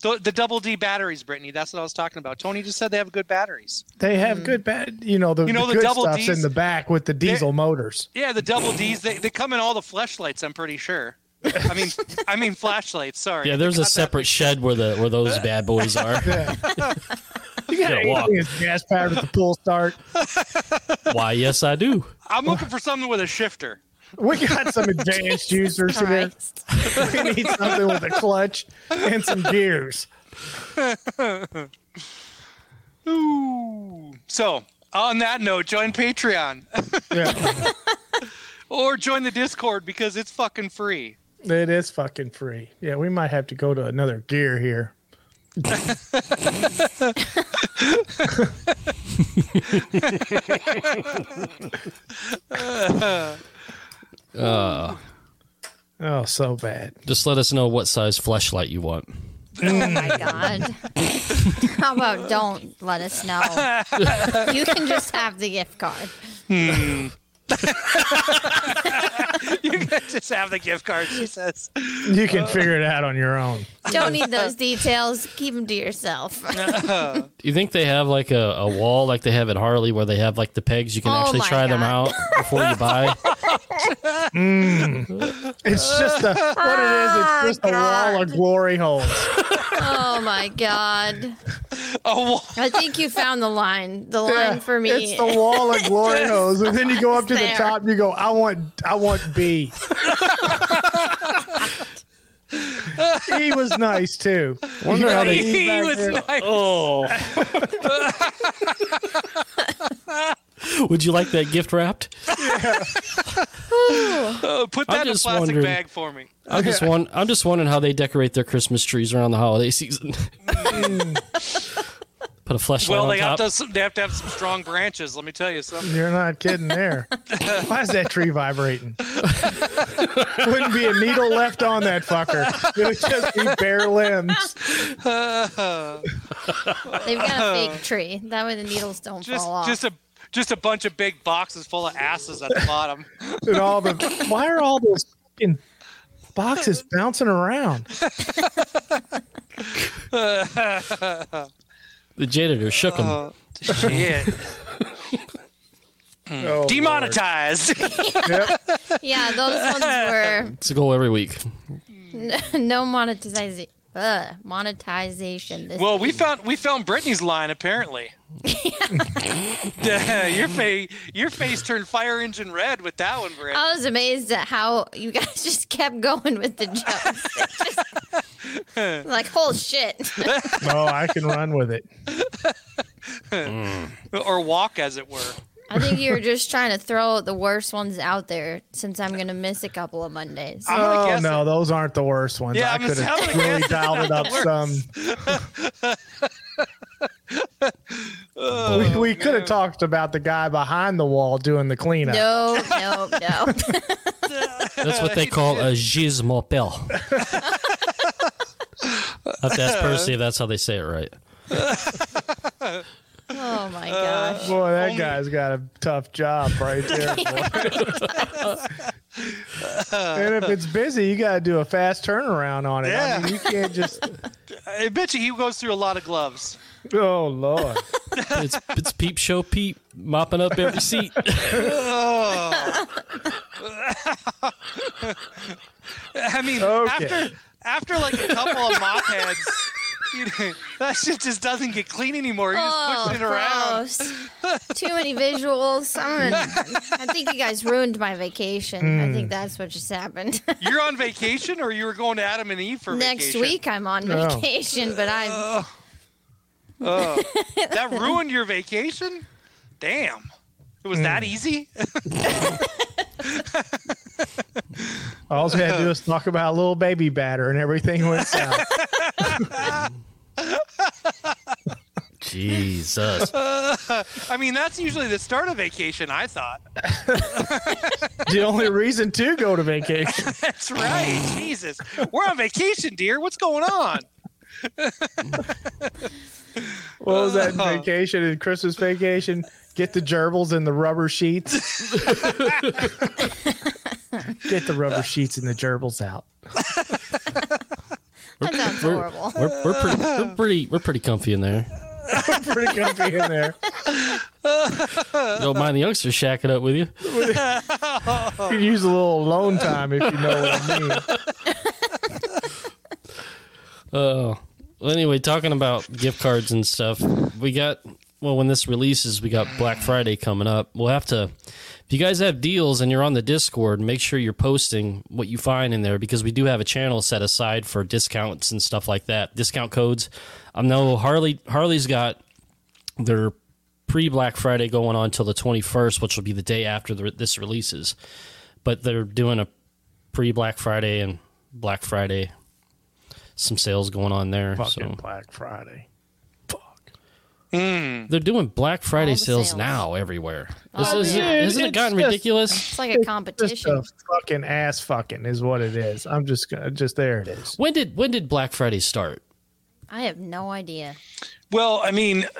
Speaker 2: The, the double D batteries, Brittany. That's what I was talking about. Tony just said they have good batteries.
Speaker 4: they
Speaker 3: Hmm.
Speaker 4: have good bat, you know the,
Speaker 2: You know,
Speaker 4: the
Speaker 2: the
Speaker 4: good
Speaker 2: double
Speaker 4: stuff's
Speaker 2: Ds-
Speaker 4: in the back with the diesel motors.
Speaker 2: Yeah, the double D's. They, they come in all the flashlights. I'm pretty sure. I mean, I mean flashlights. Sorry.
Speaker 1: Yeah, there's a separate shed where the where those bad boys are.
Speaker 4: You got
Speaker 1: Yeah, walk.
Speaker 4: anything that's gas powered at the pool start.
Speaker 1: Why? Yes, I do.
Speaker 2: I'm looking for something with a shifter.
Speaker 4: We got some advanced users here.
Speaker 3: Christ.
Speaker 4: We need something with a clutch and some gears.
Speaker 2: Ooh. So on that note, join Patreon
Speaker 4: Yeah,
Speaker 2: or join the Discord because it's fucking free.
Speaker 4: it is fucking free. Yeah, we might have to go to another gear here.
Speaker 1: Uh,
Speaker 4: Oh, so bad.
Speaker 1: just let us know what size flashlight you want.
Speaker 3: Oh my god. How about don't let us know? You can just have the gift card.
Speaker 2: You guys just have the gift card. She says.
Speaker 4: You can figure it out on your own.
Speaker 3: Don't need those details. Keep them to yourself.
Speaker 1: Do you think they have like a, a wall like they have at Harley where they have like the pegs you can
Speaker 3: Oh
Speaker 1: actually
Speaker 3: my
Speaker 1: try them
Speaker 3: God.
Speaker 1: out before you buy?
Speaker 4: It's just a what it is. It's just a wall of glory holes.
Speaker 3: Oh my god.
Speaker 2: Oh, well,
Speaker 3: I think you found the line. The line for me.
Speaker 4: It's the wall of glory holes, and then you go up to the
Speaker 3: there.
Speaker 4: top. and You go, I want, I want B. he was nice too.
Speaker 1: Wonder how they
Speaker 4: He's
Speaker 2: he
Speaker 4: back
Speaker 2: was
Speaker 4: there.
Speaker 2: nice.
Speaker 1: Oh, would you like that gift wrapped?
Speaker 2: Uh, put
Speaker 1: I'm
Speaker 2: that in a
Speaker 1: just
Speaker 2: plastic
Speaker 1: wondering-
Speaker 2: bag for me.
Speaker 1: I'm just one. I'm just wondering how they decorate their Christmas trees around the holiday season. Put a flashlight
Speaker 2: Well,
Speaker 1: on
Speaker 2: they have
Speaker 1: top.
Speaker 2: to. some- They have to have some strong branches. Let me tell you something.
Speaker 4: You're not kidding there. Why is that tree vibrating? Wouldn't be a needle left on that fucker. It would just be bare limbs.
Speaker 3: They've got a
Speaker 4: Oh.
Speaker 3: fake tree. That way the needles don't
Speaker 2: Just,
Speaker 3: fall off.
Speaker 2: just a, just a bunch of big boxes full of asses at the bottom.
Speaker 4: And all the why are all those fucking boxes bouncing around?
Speaker 1: the janitor shook them.
Speaker 2: Uh. Shit.
Speaker 4: Oh,
Speaker 2: Demonetized.
Speaker 3: yeah, those ones
Speaker 1: it's a goal every week.
Speaker 3: were no monetization. Ugh, monetization. This
Speaker 2: well, we found we found Brittany's line apparently. Yeah, your face your face turned fire engine red with that one, Britt.
Speaker 3: I was amazed at how you guys just kept going with the jokes. It just- like, whole shit.
Speaker 4: Lord. No, Oh, I can run with it.
Speaker 2: or walk as it were.
Speaker 3: I think you're just trying to throw the worst ones out there since I'm going to miss a couple of Mondays.
Speaker 2: I'm gonna
Speaker 4: Oh
Speaker 2: guess
Speaker 4: no, those aren't the worst ones.
Speaker 2: Yeah,
Speaker 4: I
Speaker 2: I'm
Speaker 4: could
Speaker 2: gonna- I'm
Speaker 4: have
Speaker 2: gonna
Speaker 4: really
Speaker 2: guess
Speaker 4: dialed it up some. we
Speaker 2: Oh,
Speaker 4: we could have talked about the guy behind the wall doing the cleanup.
Speaker 3: No, no, no.
Speaker 1: That's what they call a jizz mopel. I have to ask Percy if that's how they say it right.
Speaker 3: Oh my gosh.
Speaker 4: Boy, that
Speaker 2: Only-
Speaker 4: guy's got a tough job right there. and if it's busy, you got to do a fast turnaround on it. I
Speaker 2: Yeah.
Speaker 4: mean, you can't just.
Speaker 2: I bet you he goes through a lot of gloves.
Speaker 4: Oh lord,
Speaker 1: It's it's peep show peep mopping up every seat.
Speaker 2: I mean,
Speaker 4: Okay.
Speaker 2: after after like a couple of mop heads, you know, that shit just doesn't get clean anymore. You're just
Speaker 3: Oh,
Speaker 2: pushing it around.
Speaker 3: gross. Too many visuals. I'm gonna- I think you guys ruined my vacation. I think that's what just happened.
Speaker 2: You're on vacation, or you were going to Adam and Eve for
Speaker 3: Next
Speaker 2: vacation?
Speaker 3: week I'm on
Speaker 4: Oh.
Speaker 3: vacation, but I
Speaker 2: That ruined your vacation. Hmm. Damn, it was that easy.
Speaker 4: All we had to do was talk about a little baby batter, and everything went south.
Speaker 1: Jesus.
Speaker 2: I mean, that's usually the start of vacation. I thought.
Speaker 4: the only reason to go to vacation.
Speaker 2: That's right. Jesus, we're on vacation, dear. What's going on?
Speaker 4: What was that
Speaker 2: Uh-huh.
Speaker 4: vacation and Christmas vacation? Get the gerbils and the rubber sheets. Get the rubber sheets and the gerbils out.
Speaker 3: That sounds horrible.
Speaker 1: We're, we're, pretty, we're pretty we're pretty comfy in there.
Speaker 4: Pretty comfy in there.
Speaker 1: You don't mind the youngsters shacking up with you.
Speaker 2: Uh-huh.
Speaker 4: You could use a little alone time if you know what I mean.
Speaker 1: Oh. Well, anyway, talking about gift cards and stuff, we got well when this releases, we got Black Friday coming up. We'll have to if you guys have deals and you're on the Discord, make sure you're posting what you find in there because we do have a channel set aside for discounts and stuff like that. Discount codes. I know Harley Harley's got their pre Black Friday going on till the 21st, which will be the day after the, this releases. But they're doing a pre Black Friday and Black Friday, some sales going on there.
Speaker 4: Fucking
Speaker 1: so
Speaker 4: Black Friday. Fuck. hmm.
Speaker 1: they're doing Black Friday
Speaker 3: All the
Speaker 1: sales,
Speaker 3: sales.
Speaker 1: now everywhere.
Speaker 3: Oh,
Speaker 1: This is-
Speaker 3: yeah.
Speaker 1: hasn't it
Speaker 4: It's
Speaker 1: gotten
Speaker 4: just-
Speaker 1: ridiculous?
Speaker 3: It's like a
Speaker 4: Just a
Speaker 3: competition.
Speaker 4: fucking ass fucking is what it is. I'm just gonna just there it is.
Speaker 1: When did when did Black Friday start?
Speaker 3: I have no idea.
Speaker 2: Well, I mean,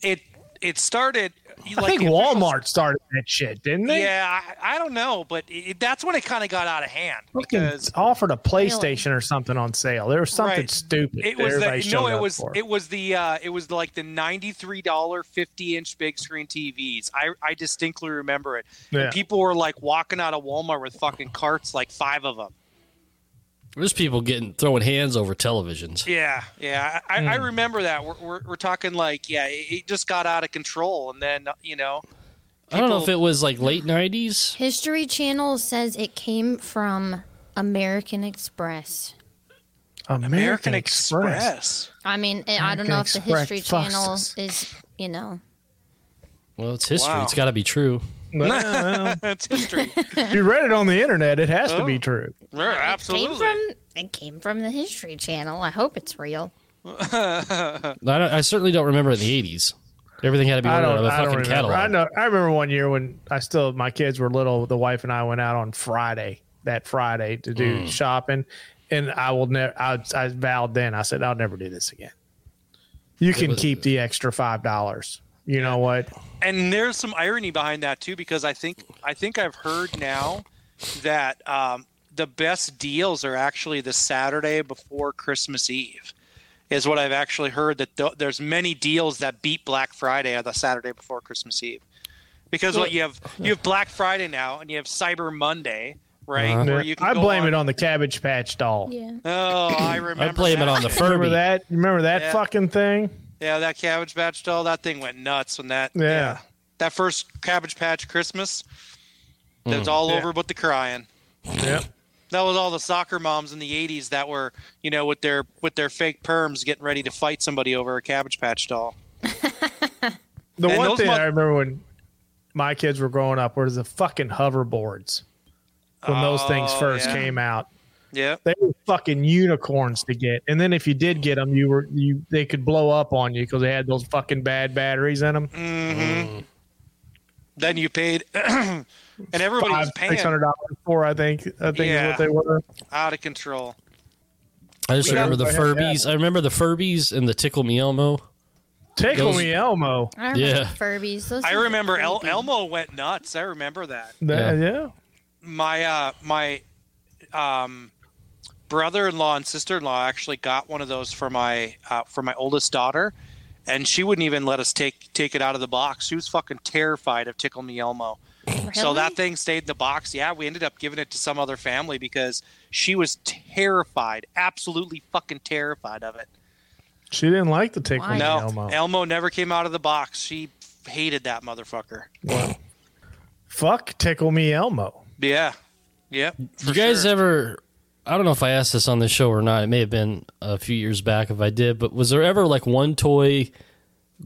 Speaker 2: it it started.
Speaker 4: I think Walmart started that shit, didn't they?
Speaker 2: Yeah, I, I don't know, but it, it- that's when it kind of got out of hand
Speaker 4: Fucking
Speaker 2: because
Speaker 4: offered a PlayStation or something on sale. There was something
Speaker 2: Right.
Speaker 4: stupid.
Speaker 2: it was
Speaker 4: that
Speaker 2: the,
Speaker 4: everybody
Speaker 2: no,
Speaker 4: showed
Speaker 2: it
Speaker 4: up
Speaker 2: was
Speaker 4: for.
Speaker 2: it was the uh, it was like the ninety three dollar fifty inch big screen TVs. I I distinctly remember it.
Speaker 4: Yeah.
Speaker 2: And people were like walking out of Walmart with fucking carts, like five of them.
Speaker 1: There's people getting throwing hands over televisions.
Speaker 2: Yeah, yeah, I, I remember that. We're, we're we're talking like yeah, it, it just got out of control, and then you know,
Speaker 1: I don't know if
Speaker 2: people-
Speaker 1: it was like late 90s.
Speaker 3: History Channel says it came from American Express.
Speaker 4: American,
Speaker 2: American
Speaker 4: Express.
Speaker 2: Express.
Speaker 3: I mean, I I don't
Speaker 4: American
Speaker 3: know if the
Speaker 4: Express
Speaker 3: History Channel
Speaker 4: fucks.
Speaker 3: is, you know,
Speaker 1: Well, it's history.
Speaker 2: Wow.
Speaker 1: It's got to be true.
Speaker 4: Well,
Speaker 2: That's history.
Speaker 4: if you read it on the internet, it has to
Speaker 2: Oh.
Speaker 4: be true.
Speaker 2: Sure, absolutely.
Speaker 3: came from it came from the History Channel. I hope it's real.
Speaker 1: I, don't, I certainly don't remember in the 80s. Everything had to be
Speaker 4: I
Speaker 1: ordered out of
Speaker 4: don't.
Speaker 1: a
Speaker 4: I don't
Speaker 1: fucking
Speaker 4: remember.
Speaker 1: catalog.
Speaker 4: I know. I remember one year when I still my kids were little. The wife and I went out on Friday that Friday to do
Speaker 2: Mm.
Speaker 4: shopping, and I will never. I, I vowed then. I said I'll never do this again. You can
Speaker 1: was-
Speaker 4: keep the extra five dollars. You know what?
Speaker 2: and there's some irony behind that too because i think i think i've heard now that um, the best deals are actually the saturday before christmas eve is what i've actually heard that th- there's many deals that beat black friday on the saturday before christmas eve because what you have you have black friday now and you have cyber monday right
Speaker 1: Uh-huh.
Speaker 2: where you can
Speaker 4: I
Speaker 2: go
Speaker 4: blame
Speaker 2: on-
Speaker 4: it on the Cabbage Patch doll.
Speaker 3: Yeah.
Speaker 2: oh i remember
Speaker 1: I blame it
Speaker 2: that.
Speaker 1: on the
Speaker 4: Remember
Speaker 1: Furby.
Speaker 4: that? Remember that
Speaker 2: Yeah.
Speaker 4: fucking thing?
Speaker 2: yeah that cabbage patch doll that thing went nuts when that
Speaker 4: Yeah.
Speaker 2: that first cabbage patch christmas that's all
Speaker 4: Yeah.
Speaker 2: over but the crying
Speaker 4: Yep.
Speaker 2: That was all the soccer moms in the '80s that were, you know, with their with their fake perms, getting ready to fight somebody over a Cabbage Patch doll.
Speaker 4: The
Speaker 2: And
Speaker 4: one
Speaker 2: those
Speaker 4: thing
Speaker 2: mo-
Speaker 4: I remember when my kids were growing up was the fucking hoverboards. When those things
Speaker 2: Oh,
Speaker 4: first
Speaker 2: yeah.
Speaker 4: came out,
Speaker 2: Yeah,
Speaker 4: they were fucking unicorns to get. And then if you did get them, you were you they could blow up on you because they had those fucking bad batteries in them.
Speaker 2: Mm-hmm. then you paid, and everybody
Speaker 4: Five
Speaker 2: was paying
Speaker 4: six hundred dollars for, I think. I think is
Speaker 2: Yeah.
Speaker 4: what they were.
Speaker 2: out of control.
Speaker 1: I just
Speaker 4: We
Speaker 1: remember the
Speaker 4: never had that.
Speaker 1: Furbies. I remember the Furbies and the Tickle Me Elmo.
Speaker 4: Tickle
Speaker 1: Those-
Speaker 4: me Elmo.
Speaker 3: I remember
Speaker 1: Yeah.
Speaker 3: Furbies. Those
Speaker 2: I
Speaker 3: things are
Speaker 2: remember El-
Speaker 3: creepy.
Speaker 2: Elmo went nuts. I remember that.
Speaker 4: That- yeah.
Speaker 2: my uh my um brother-in-law and sister-in-law actually got one of those for my uh, for my oldest daughter and she wouldn't even let us take take it out of the box she was fucking terrified of tickle me elmo so
Speaker 3: Really?
Speaker 2: that thing stayed in the box yeah we ended up giving it to some other family because she was terrified absolutely fucking terrified of it
Speaker 4: She didn't like the tickle
Speaker 3: Why?
Speaker 4: me
Speaker 2: no
Speaker 4: Elmo.
Speaker 2: elmo. never came out of the box she hated that motherfucker
Speaker 4: Fuck tickle me Elmo.
Speaker 2: yeah yep for
Speaker 1: you guys
Speaker 2: sure.
Speaker 1: ever? I don't know if I asked this on the show or not. It may have been a few years back if I did. But was there ever like one toy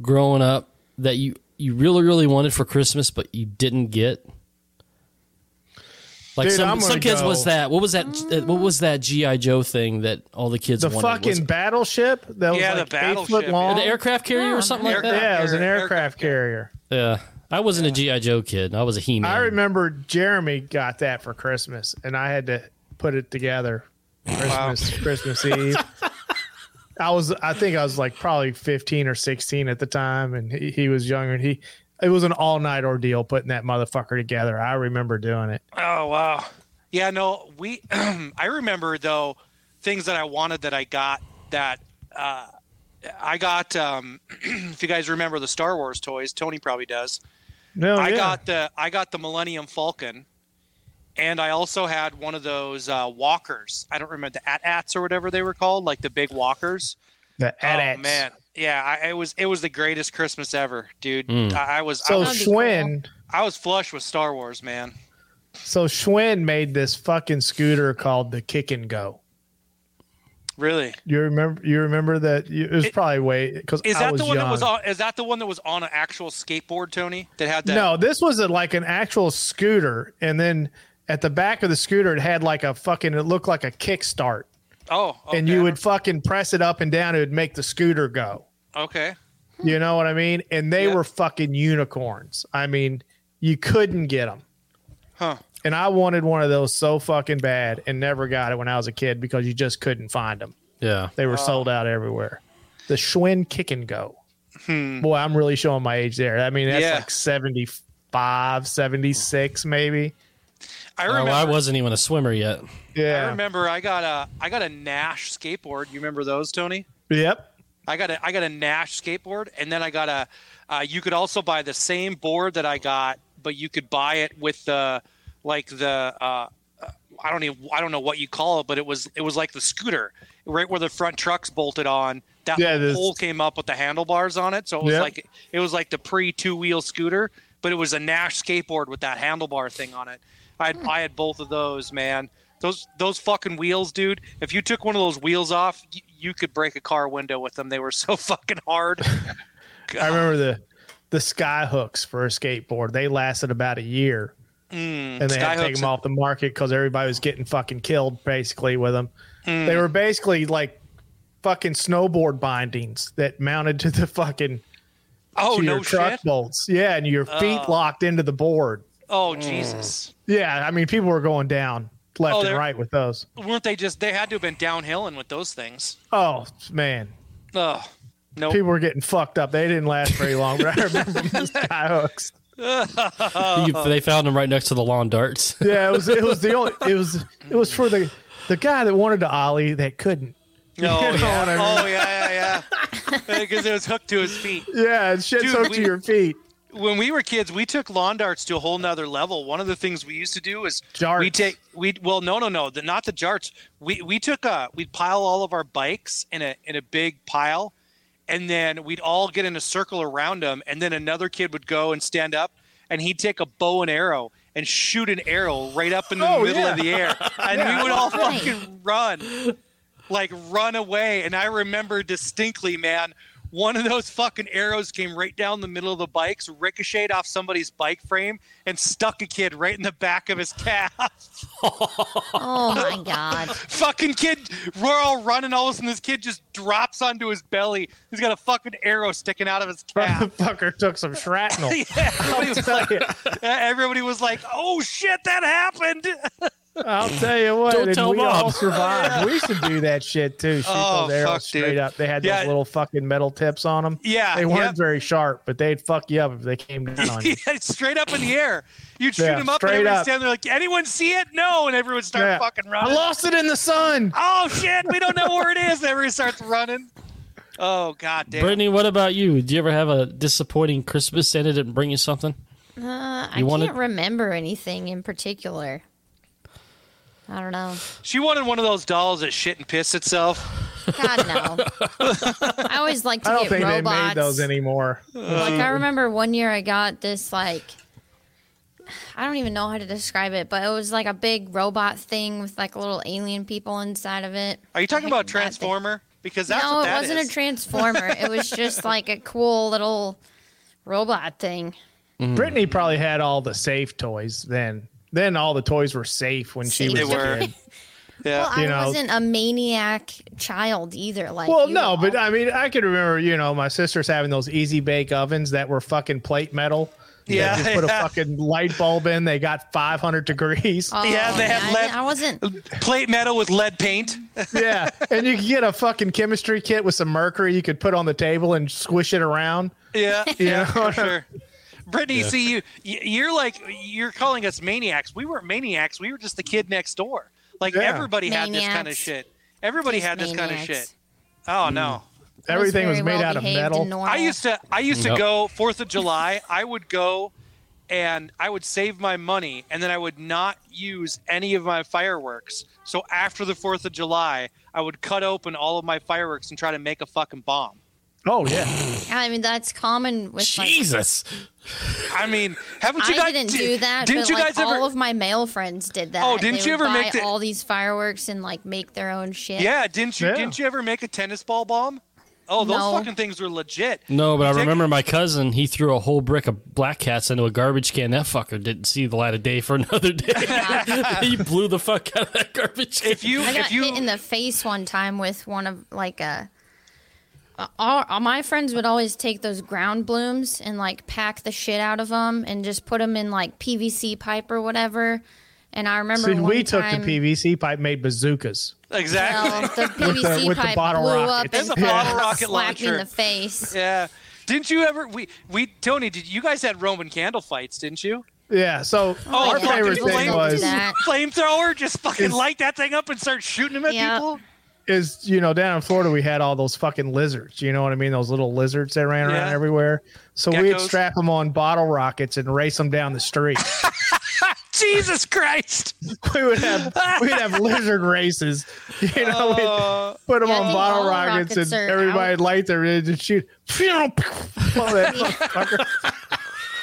Speaker 1: growing up that you you really really wanted for Christmas but you didn't get? Like
Speaker 4: Dude,
Speaker 1: some
Speaker 4: I'm gonna
Speaker 1: some kids
Speaker 4: go-
Speaker 1: was that what was that uh, what was that GI Joe thing that all the kids
Speaker 4: The
Speaker 1: wanted?
Speaker 4: fucking
Speaker 1: Was it-
Speaker 4: battleship that was
Speaker 2: Yeah, the
Speaker 4: like eight
Speaker 2: battleship.
Speaker 4: foot long.
Speaker 1: the aircraft carrier or something like that.
Speaker 4: yeah, it was an
Speaker 2: Air-
Speaker 4: aircraft carrier.
Speaker 1: Yeah, I wasn't a GI Joe kid. I was a He Man.
Speaker 4: I remember Jeremy got that for Christmas, and I had to put it together Christmas, Christmas Eve. I was, I think I was like probably 15 or 16 at the time, and he, he was younger. And he, it was an all night ordeal putting that motherfucker together. I remember doing it.
Speaker 2: Oh wow. Yeah, no, we I remember though things that I wanted that I got that uh I got um if you guys remember the Star Wars toys, Tony probably does.
Speaker 4: No,
Speaker 2: I
Speaker 4: Oh, yeah.
Speaker 2: got the I got the Millennium Falcon and I also had one of those uh walkers. I don't remember the at-ats or whatever they were called, like the big walkers.
Speaker 4: the
Speaker 2: Oh
Speaker 4: AT-ATs.
Speaker 2: man. Yeah, I, it was it was the greatest Christmas ever, dude.
Speaker 1: Mm.
Speaker 2: I, I was I
Speaker 4: Hmm. So
Speaker 2: was
Speaker 3: That'd be cool.
Speaker 4: Schwinn,
Speaker 2: I was flush with Star Wars, man.
Speaker 4: so Schwinn made this fucking scooter called the Kick and Go.
Speaker 2: Really.
Speaker 4: You remember? You remember that? You, it was
Speaker 2: It-
Speaker 4: probably way because
Speaker 2: Is
Speaker 4: I
Speaker 2: that
Speaker 4: was
Speaker 2: the one
Speaker 4: young.
Speaker 2: that was on? Is that the one that was on an actual skateboard, Tony? That had that?
Speaker 4: No, this was a, like an actual scooter, and then at the back of the scooter, it had like a fucking. It looked like a kickstart,
Speaker 2: Oh, okay.
Speaker 4: and you would fucking press it up and down. It would make the scooter go.
Speaker 2: Okay.
Speaker 4: You know what I mean? And they
Speaker 2: Yeah.
Speaker 4: were fucking unicorns. I mean, you couldn't get them.
Speaker 2: Huh.
Speaker 4: And I wanted one of those so fucking bad, and never got it when I was a kid because you just couldn't find them.
Speaker 1: yeah,
Speaker 4: They were
Speaker 2: Oh.
Speaker 4: sold out everywhere. The Schwinn Kick and Go. Boy, I'm really showing my age there. I mean, that's
Speaker 2: Hmm. Yeah.
Speaker 4: like 75, 76 maybe.
Speaker 2: I
Speaker 1: Oh,
Speaker 2: remember.
Speaker 1: I
Speaker 2: I,
Speaker 1: wasn't even a swimmer yet.
Speaker 4: Yeah.
Speaker 2: remember. I got a. I got a Nash skateboard. You remember those, Tony?
Speaker 4: Yep.
Speaker 2: I got a. I got a Nash skateboard, and then I got a. Uh, you could also buy the same board that I got, but you could buy it with the, like the. Uh, I don't even. I don't know what you call it, but it was. It was like the scooter, right where the front truck's bolted on. That
Speaker 4: Yeah,
Speaker 2: little
Speaker 4: this-
Speaker 2: pole came up with the handlebars on it, so it was
Speaker 4: Yeah.
Speaker 2: like it was like the pre two wheel scooter, but it was a Nash skateboard with that handlebar thing on it. I had, I had both of those, man. Those those fucking wheels, dude. If you took one of those wheels off, you, you could break a car window with them. They were so fucking hard. Uh-huh.
Speaker 4: I remember the the sky hooks for a skateboard. They lasted about a year. and they had to
Speaker 2: sky
Speaker 4: take
Speaker 2: hooks
Speaker 4: them
Speaker 2: are-
Speaker 4: off the market because everybody was getting fucking killed basically with them. They
Speaker 2: Mm.
Speaker 4: were basically like fucking snowboard bindings that mounted to the fucking
Speaker 2: Oh
Speaker 4: to
Speaker 2: no
Speaker 4: your truck
Speaker 2: shit.
Speaker 4: bolts. Yeah, and your feet locked into the board.
Speaker 2: Oh Jesus.
Speaker 4: Yeah, I mean people were going down left
Speaker 2: Oh,
Speaker 4: and
Speaker 2: they're-
Speaker 4: right with those.
Speaker 2: Weren't they just? They had to have been downhilling with those things. Oh.
Speaker 4: Oh man.
Speaker 2: Ugh. No.
Speaker 4: People were getting fucked up. They didn't last very long, but I remember those sky hooks.
Speaker 2: Oh,
Speaker 1: You- they found him right next to the lawn darts.
Speaker 4: Yeah, it was it was the only it was it was for the the guy that wanted to ollie that couldn't.
Speaker 2: No.
Speaker 4: You know
Speaker 2: yeah.
Speaker 4: what I mean?
Speaker 2: Oh yeah, yeah, yeah. Because it was hooked to his feet.
Speaker 4: Yeah, and shit's
Speaker 2: Dude,
Speaker 4: hooked
Speaker 2: we-
Speaker 4: to your feet.
Speaker 2: when we were kids, we took lawn darts to a whole nother level. One of the things we used to do is
Speaker 4: Jarts.
Speaker 2: we take we well no no no the, not the jarts. We we took a we'd pile all of our bikes in a in a big pile, and then we'd all get in a circle around them, and then another kid would go and stand up, and he'd take a bow and arrow and shoot an arrow right up in the
Speaker 4: Oh,
Speaker 2: middle
Speaker 4: yeah.
Speaker 2: of the air, and we would all
Speaker 3: Right.
Speaker 2: fucking run like run away. And I remember distinctly, man, one of those fucking arrows came right down the middle of the bikes, ricocheted off somebody's bike frame, and stuck a kid right in the back of his calf.
Speaker 3: Oh my god.
Speaker 2: fucking kid, we're all running. All of a sudden, this kid just drops onto his belly. He's got a fucking arrow sticking out of his calf.
Speaker 4: Motherfucker took some shrapnel.
Speaker 2: Yeah, everybody, was like, everybody was like, "Oh shit, that happened!"
Speaker 4: I'll tell you what,
Speaker 1: Don't
Speaker 4: and
Speaker 1: tell
Speaker 4: we all
Speaker 1: Mom.
Speaker 4: survived. We used to do that shit too. Shoot
Speaker 2: Oh,
Speaker 4: those arrows
Speaker 2: fuck, dude.
Speaker 4: straight up. They had
Speaker 2: Yeah.
Speaker 4: those little fucking metal tips on them.
Speaker 2: Yeah,
Speaker 4: they weren't
Speaker 2: yep.
Speaker 4: very sharp, but they'd fuck you up if they came down on
Speaker 2: yeah,
Speaker 4: you.
Speaker 2: straight up in the air. You'd shoot
Speaker 4: Yeah,
Speaker 2: him up, and
Speaker 4: straight
Speaker 2: everybody's
Speaker 4: up.
Speaker 2: standing there like, "Anyone see it?" No, and everyone start
Speaker 4: Yeah.
Speaker 2: fucking running.
Speaker 4: I lost it in the sun.
Speaker 2: oh shit, we don't know where it is. Everyone starts running. Oh god damn.
Speaker 1: Brittany, what about you? Do you ever have a disappointing Christmas and it didn't bring you something?
Speaker 3: Uh, I
Speaker 1: You wanted-
Speaker 3: can't remember anything in particular. I don't know.
Speaker 2: She wanted one of those dolls that shit and piss itself.
Speaker 3: God no. I always like to
Speaker 4: I don't
Speaker 3: get
Speaker 4: think
Speaker 3: robots.
Speaker 4: they made those anymore.
Speaker 3: Like I remember one year I got this like I don't even know how to describe it, but it was like a big robot thing with like little alien people inside of it.
Speaker 2: Are you talking
Speaker 3: Like
Speaker 2: about
Speaker 3: that thing.
Speaker 2: Transformer? Because that's
Speaker 3: no,
Speaker 2: what
Speaker 3: it
Speaker 2: that
Speaker 3: wasn't
Speaker 2: is.
Speaker 3: a transformer. it was just like a cool little robot thing.
Speaker 4: Brittany probably had all the safe toys then. then all the toys were safe when she
Speaker 3: Safe.
Speaker 4: was
Speaker 2: They
Speaker 4: a
Speaker 2: were.
Speaker 4: kid.
Speaker 2: Yeah.
Speaker 3: Well,
Speaker 4: You
Speaker 3: I
Speaker 4: know.
Speaker 3: wasn't a maniac child either. Like,
Speaker 4: Well,
Speaker 3: you
Speaker 4: no,
Speaker 3: all.
Speaker 4: but I mean, I can remember, you know, my sisters having those easy bake ovens that were fucking plate metal. that
Speaker 2: Yeah,
Speaker 4: just put
Speaker 2: yeah.
Speaker 4: a fucking light bulb in. They got 500 degrees.
Speaker 3: Oh,
Speaker 2: Yeah, they had
Speaker 3: I,
Speaker 2: lead-
Speaker 3: didn't- I wasn't.
Speaker 2: Plate metal with lead paint.
Speaker 4: yeah, and you could get a fucking chemistry kit with some mercury you could put on the table and squish it around.
Speaker 2: Yeah, yeah,
Speaker 4: know?
Speaker 2: for sure. Brittany, see you. y- You're like you're calling us maniacs. We weren't maniacs. We were just the kid next door. Like
Speaker 4: Yeah.
Speaker 2: everybody had this kind of
Speaker 3: Maniacs.
Speaker 2: shit. Everybody
Speaker 3: Just
Speaker 2: had this kind of
Speaker 3: maniacs.
Speaker 2: shit. Oh no.
Speaker 3: I
Speaker 4: Everything was,
Speaker 3: very
Speaker 4: made
Speaker 3: well
Speaker 4: out of
Speaker 3: behaved and
Speaker 4: metal.
Speaker 3: normal.
Speaker 2: I used to I used
Speaker 1: Yep.
Speaker 2: to go Fourth of July. I would go and I would save my money and then I would not use any of my fireworks. So after the Fourth of July, I would cut open all of my fireworks and try to make a fucking bomb.
Speaker 4: Oh yeah,
Speaker 3: I mean, that's common with like.
Speaker 1: Jesus.
Speaker 2: I mean, haven't you
Speaker 3: I
Speaker 2: guys
Speaker 3: didn't
Speaker 2: di-
Speaker 3: do that.
Speaker 2: Didn't
Speaker 3: but
Speaker 2: you
Speaker 3: like
Speaker 2: guys ever
Speaker 3: all of my male friends did that.
Speaker 2: Oh, didn't
Speaker 3: They
Speaker 2: you
Speaker 3: would
Speaker 2: ever
Speaker 3: buy
Speaker 2: make the-
Speaker 3: all these fireworks and like make their own shit?
Speaker 2: Yeah, didn't you
Speaker 4: Yeah.
Speaker 2: didn't you ever make a tennis ball bomb? Oh, those
Speaker 3: No.
Speaker 2: fucking things were legit.
Speaker 1: No, but I
Speaker 2: Take-
Speaker 1: remember my cousin. He threw a whole brick of black cats into a garbage can. That fucker didn't see the light of day for another day. he blew the fuck out of that garbage can.
Speaker 2: If you
Speaker 3: I
Speaker 2: if
Speaker 3: got
Speaker 2: you
Speaker 3: hit in the face one time with one of like a. All, all my friends would always take those ground blooms and like pack the shit out of them and just put them in like PVC pipe or whatever. And I remember
Speaker 4: see,
Speaker 3: one
Speaker 4: we took
Speaker 3: time,
Speaker 4: the PVC pipe, made bazookas.
Speaker 2: exactly.
Speaker 3: Well, the PVC
Speaker 4: with the
Speaker 3: pipe
Speaker 4: bottle
Speaker 3: blew
Speaker 4: rocket.
Speaker 3: up
Speaker 2: There's
Speaker 3: and
Speaker 2: a bottle
Speaker 3: fucking
Speaker 2: rocket
Speaker 3: slapped me in
Speaker 2: launcher.
Speaker 3: the face.
Speaker 2: Yeah. Didn't you ever we we Tony, did you guys had Roman candle fights, didn't you?
Speaker 4: Yeah, so
Speaker 2: Oh,
Speaker 4: our
Speaker 2: yeah.
Speaker 4: favorite
Speaker 2: People
Speaker 4: thing
Speaker 2: don't do
Speaker 4: was
Speaker 3: that.
Speaker 2: Flamethrower, just fucking
Speaker 4: Is-
Speaker 2: light that thing up and start shooting them at
Speaker 3: Yeah.
Speaker 2: people.
Speaker 4: is you know down in Florida we had all those fucking lizards. You know what I mean? Those little lizards that ran around
Speaker 2: Yeah.
Speaker 4: everywhere. So we'd
Speaker 2: Geckos.
Speaker 4: strap them on bottle rockets and race them down the street.
Speaker 2: Jesus Christ.
Speaker 4: we would have we'd have lizard races. You know,
Speaker 2: Uh,
Speaker 4: we'd put them
Speaker 3: Yeah, I
Speaker 4: on
Speaker 3: think
Speaker 4: bottle
Speaker 3: bottle
Speaker 4: rockets,
Speaker 3: rockets
Speaker 4: and
Speaker 3: are
Speaker 4: everybody
Speaker 3: out.
Speaker 4: would light their ridge and shoot. All that motherfucker.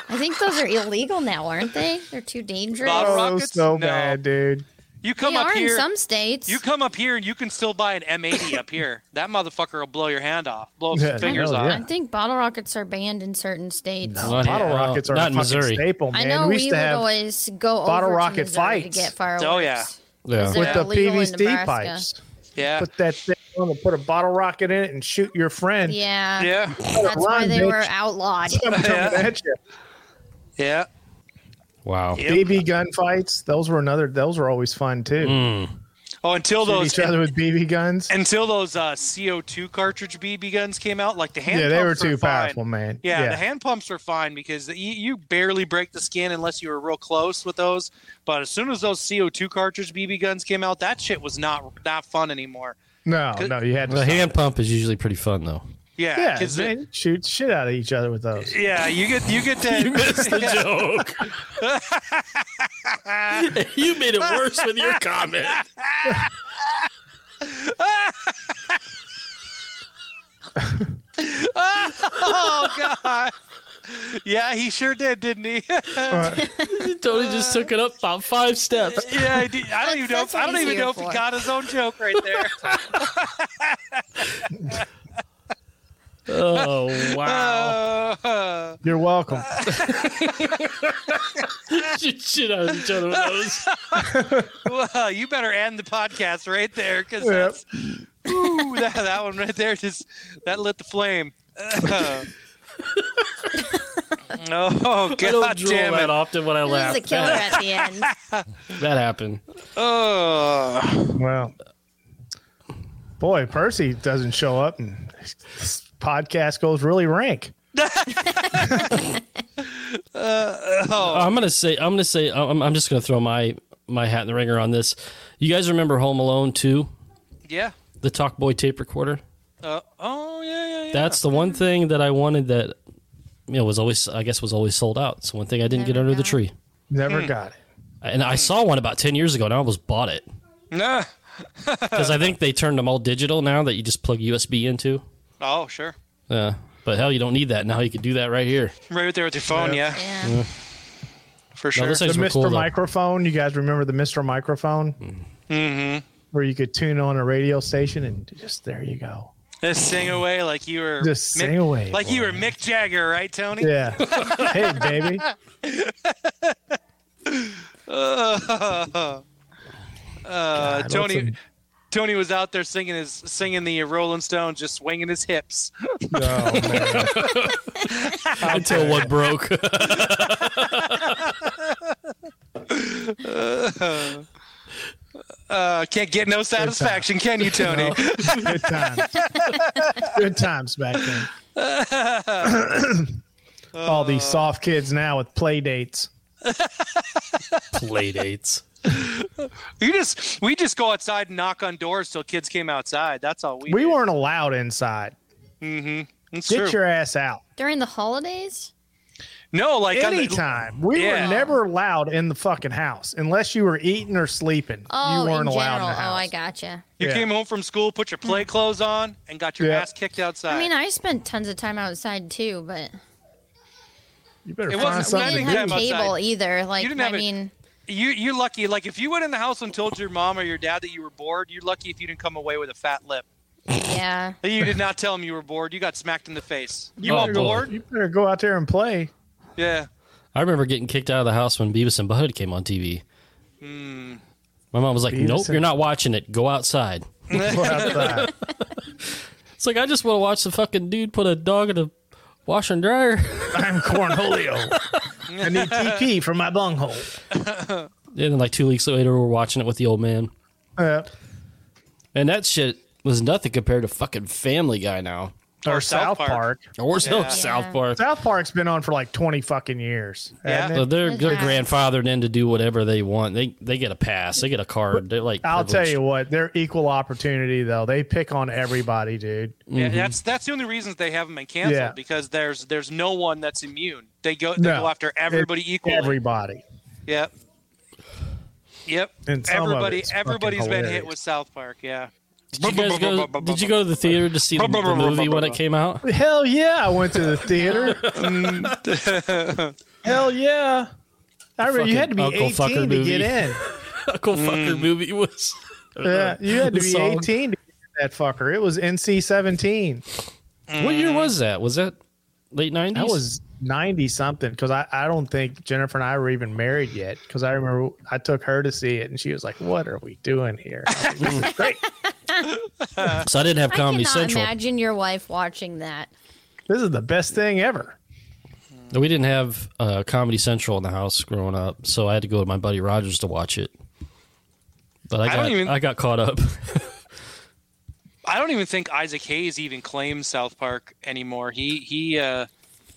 Speaker 3: I think those are illegal now, aren't they? They're too dangerous.
Speaker 2: Bottle
Speaker 4: oh,
Speaker 2: rockets?
Speaker 4: so
Speaker 2: No.
Speaker 4: bad, dude.
Speaker 2: you
Speaker 3: they
Speaker 2: come up
Speaker 3: are
Speaker 2: here
Speaker 3: in some states.
Speaker 2: you come up here and you can still buy an M eighty up here. That motherfucker will blow your hand off. Blow
Speaker 4: Yeah,
Speaker 2: some fingers
Speaker 4: no,
Speaker 2: off.
Speaker 4: yeah.
Speaker 3: I think bottle rockets are banned in certain states.
Speaker 1: Not
Speaker 4: Bottle
Speaker 1: here.
Speaker 4: rockets are
Speaker 1: uh, not
Speaker 4: a
Speaker 1: in
Speaker 4: fucking
Speaker 1: Missouri.
Speaker 4: staple, man.
Speaker 3: I know
Speaker 4: we
Speaker 3: we,
Speaker 4: used
Speaker 3: would
Speaker 4: to have
Speaker 3: always go
Speaker 4: bottle
Speaker 3: over
Speaker 4: rocket
Speaker 3: to Missouri
Speaker 4: fights.
Speaker 3: to get fireworks.
Speaker 2: Oh, yeah.
Speaker 1: Yeah.
Speaker 3: They're
Speaker 4: with the
Speaker 3: illegal in
Speaker 4: PVC
Speaker 3: Nebraska.
Speaker 4: pipes.
Speaker 2: Yeah.
Speaker 4: Put that thing on and put a bottle rocket in it and shoot your friend.
Speaker 3: Yeah,
Speaker 2: Yeah.
Speaker 3: that's why
Speaker 4: Run,
Speaker 3: they
Speaker 4: bitch.
Speaker 3: were outlawed.
Speaker 4: I'm coming
Speaker 2: Yeah.
Speaker 4: at you.
Speaker 2: Yeah.
Speaker 1: Wow.
Speaker 2: Yeah.
Speaker 4: BB gunfights. Those were another. Those were always fun too.
Speaker 2: Oh, until
Speaker 4: Shoot
Speaker 2: those
Speaker 4: each other with BB guns.
Speaker 2: until those uh, CO2 cartridge BB guns came out, like the hand
Speaker 4: Yeah, they were
Speaker 2: pumps
Speaker 4: too
Speaker 2: fine.
Speaker 4: powerful, man.
Speaker 2: Yeah,
Speaker 4: Yeah.
Speaker 2: the hand pumps were fine because you, you barely break the skin unless you were real close with those. But as soon as those CO2 cartridge BB guns came out, that shit was not not fun anymore.
Speaker 4: No, no, you had to.
Speaker 1: The hand pump is usually pretty fun though.
Speaker 2: Yeah,
Speaker 4: yeah,
Speaker 2: 'cause
Speaker 4: man,
Speaker 2: it-
Speaker 4: shoot shit out of each other with those.
Speaker 2: yeah, you get you get to
Speaker 1: joke. Oh, you made it worse with your comment.
Speaker 2: oh god. Yeah, he sure did, didn't he?
Speaker 1: Tony just took it up about five steps.
Speaker 2: yeah, I, did. I don't even know.
Speaker 3: That's
Speaker 2: If, I
Speaker 3: what
Speaker 2: don't
Speaker 3: he's
Speaker 2: even
Speaker 3: here
Speaker 2: know if he
Speaker 3: for.
Speaker 2: got his own joke right there.
Speaker 1: Oh wow!
Speaker 2: Uh,
Speaker 4: You're welcome.
Speaker 1: Shoot shit out of each other with those.
Speaker 2: Well, you better end the podcast right there because
Speaker 4: Yep.
Speaker 2: that's ooh, that, that one right there just that lit the flame. oh
Speaker 1: I don't
Speaker 2: god
Speaker 1: drool
Speaker 2: damn
Speaker 1: that
Speaker 2: it!
Speaker 1: often when I
Speaker 3: This is
Speaker 1: laugh.
Speaker 3: a killer
Speaker 1: That,
Speaker 3: at the end.
Speaker 1: that happened.
Speaker 2: Oh,
Speaker 4: Well, boy, Percy doesn't show up, and this podcast goes really rank.
Speaker 2: Oh.
Speaker 1: I'm gonna say. I'm gonna say. I'm, I'm just gonna throw my my hat in the ringer on this. You guys remember Home Alone two,
Speaker 2: yeah.
Speaker 1: the Talk Boy tape recorder?
Speaker 2: Uh, oh yeah, yeah, yeah.
Speaker 1: That's the one thing that I wanted that you know was always I guess was always sold out. It's one thing I didn't get
Speaker 3: Never
Speaker 1: under the
Speaker 3: got it.
Speaker 1: tree.
Speaker 4: Never
Speaker 2: Hmm.
Speaker 4: got it.
Speaker 1: And I saw one about ten years ago, and I almost bought it
Speaker 2: Nah.
Speaker 1: because I think they turned them all digital now that you just plug USB into.
Speaker 2: Oh sure,
Speaker 1: Yeah, but hell, you don't need that now. You can do that right here.
Speaker 2: right there with your phone. Yeah,
Speaker 3: Yeah.
Speaker 2: for
Speaker 1: No,
Speaker 2: sure.
Speaker 1: those
Speaker 4: The
Speaker 1: things were
Speaker 4: Mr.
Speaker 1: cool. though.
Speaker 4: Microphone. You guys remember the Mr. Microphone? Mm-hmm. Where you could tune on a radio station and just there you go.
Speaker 2: Just sing away like you were.
Speaker 4: Just
Speaker 2: Mick-
Speaker 4: sing away,
Speaker 2: like you were Mick Jagger, right, Tony?
Speaker 4: Yeah. hey, baby.
Speaker 2: Uh, uh,
Speaker 4: God,
Speaker 2: Tony,
Speaker 4: that's
Speaker 2: Tony was out there singing his singing the Rolling Stone, just swinging his hips.
Speaker 4: a- oh, man.
Speaker 1: until one broke.
Speaker 2: Uh, can't get no satisfaction, can you, Tony?
Speaker 4: Good times. Good times back then. All these soft kids now with play dates.
Speaker 1: Play dates.
Speaker 2: You just we just go outside and knock on doors till kids came outside. That's all we
Speaker 4: We
Speaker 2: did.
Speaker 4: weren't allowed inside.
Speaker 2: It's
Speaker 4: Get
Speaker 2: true.
Speaker 4: your ass out.
Speaker 3: During the holidays?
Speaker 2: no like on the-
Speaker 4: Anytime. We
Speaker 2: Yeah.
Speaker 4: were never allowed in the fucking house unless you were eating or sleeping.
Speaker 3: Oh,
Speaker 4: you weren't
Speaker 3: in
Speaker 4: allowed in
Speaker 3: general.
Speaker 4: the house.
Speaker 3: Oh, I gotcha.
Speaker 2: you
Speaker 4: yeah. Mm.
Speaker 2: came home from school, put your play clothes on, and got your
Speaker 4: Yeah.
Speaker 2: ass kicked outside.
Speaker 3: I mean, I spent tons of time outside too, but
Speaker 4: You better
Speaker 2: It
Speaker 4: find
Speaker 2: wasn't
Speaker 3: we
Speaker 2: Sunday
Speaker 4: something.
Speaker 3: didn't
Speaker 4: to
Speaker 3: have
Speaker 2: time outside.
Speaker 3: cable either. Like,
Speaker 2: You didn't
Speaker 3: I
Speaker 2: have it-
Speaker 3: mean,
Speaker 2: you you're lucky. Like if you went in the house and told your mom or your dad that you were bored, you're lucky if you didn't come away with a fat lip.
Speaker 3: yeah.
Speaker 2: You did not tell them you were bored. You got smacked in the face. You
Speaker 1: Oh,
Speaker 2: were
Speaker 1: boy.
Speaker 4: do.
Speaker 2: bored?
Speaker 4: You better go out there and play.
Speaker 2: Yeah.
Speaker 1: I remember getting kicked out of the house when Beavis and Butthead came on TV. My mom was like,
Speaker 4: Beavis
Speaker 1: "Nope,
Speaker 4: and-
Speaker 1: you're not watching it. Go outside."
Speaker 4: Go outside.
Speaker 1: It's like I just want to watch the fucking dude put a dog in a washer and dryer.
Speaker 4: I'm Cornholio. I need TP for my bunghole.
Speaker 1: and then, like two weeks later, we're watching it with the old man,
Speaker 4: Uh,
Speaker 1: and that shit was nothing compared to fucking Family Guy now
Speaker 4: or South Park.
Speaker 1: or
Speaker 2: Yeah.
Speaker 1: South
Speaker 3: Yeah.
Speaker 1: Park.
Speaker 4: South Park's been on for like 20 fucking years.
Speaker 2: Yeah.
Speaker 4: hasn't
Speaker 1: So
Speaker 4: it?
Speaker 1: they're
Speaker 3: That's
Speaker 1: they're
Speaker 3: right.
Speaker 1: grandfathered in to do whatever they want. They they get a pass. They get a card. They're like
Speaker 4: I'll tell
Speaker 1: privileged.
Speaker 4: you what, they're equal opportunity, though. They pick on everybody, dude.
Speaker 2: Yeah, that's that's the only reasons they haven't been canceled
Speaker 4: Mm-hmm. Yeah.
Speaker 2: because there's there's no one that's immune. They go they
Speaker 4: No.
Speaker 2: go after everybody equally.
Speaker 4: Everybody.
Speaker 2: Yep. Yep.
Speaker 4: And some of
Speaker 2: Everybody
Speaker 4: it's fucking
Speaker 2: everybody's been hit
Speaker 4: hilarious.
Speaker 2: with South Park, yeah.
Speaker 1: Did you guys go? Did you go to the theater to see the, the movie when it came out?
Speaker 4: Hell yeah, I went to the theater. Mm. Hell yeah. I remember you had to be
Speaker 1: Fucking
Speaker 4: 18
Speaker 1: Uncle Fucker
Speaker 4: to
Speaker 1: movie.
Speaker 4: get in.
Speaker 1: Uncle fucker movie was.
Speaker 4: Yeah, you had to
Speaker 1: The
Speaker 4: be
Speaker 1: song.
Speaker 4: 18 to get in that fucker. It was NC 17.
Speaker 1: What year was that? Was that late nineties?
Speaker 4: That was 90 something because I, I don't think Jennifer and I were even married yet because I remember I took her to see it and she was like, What are we doing here? I was like, "This is great.
Speaker 1: so. I didn't have
Speaker 3: I
Speaker 1: Comedy
Speaker 3: cannot
Speaker 1: Central.
Speaker 3: imagine your wife watching that.
Speaker 4: This is the best thing ever.
Speaker 1: We didn't have uh, Comedy Central in the house growing up, so I had to go to my buddy Rogers to watch it. But I
Speaker 2: I
Speaker 1: got
Speaker 2: don't
Speaker 1: I,
Speaker 2: even-
Speaker 1: got caught up.
Speaker 2: I don't even think Isaac Hayes even claims South Park anymore. He he uh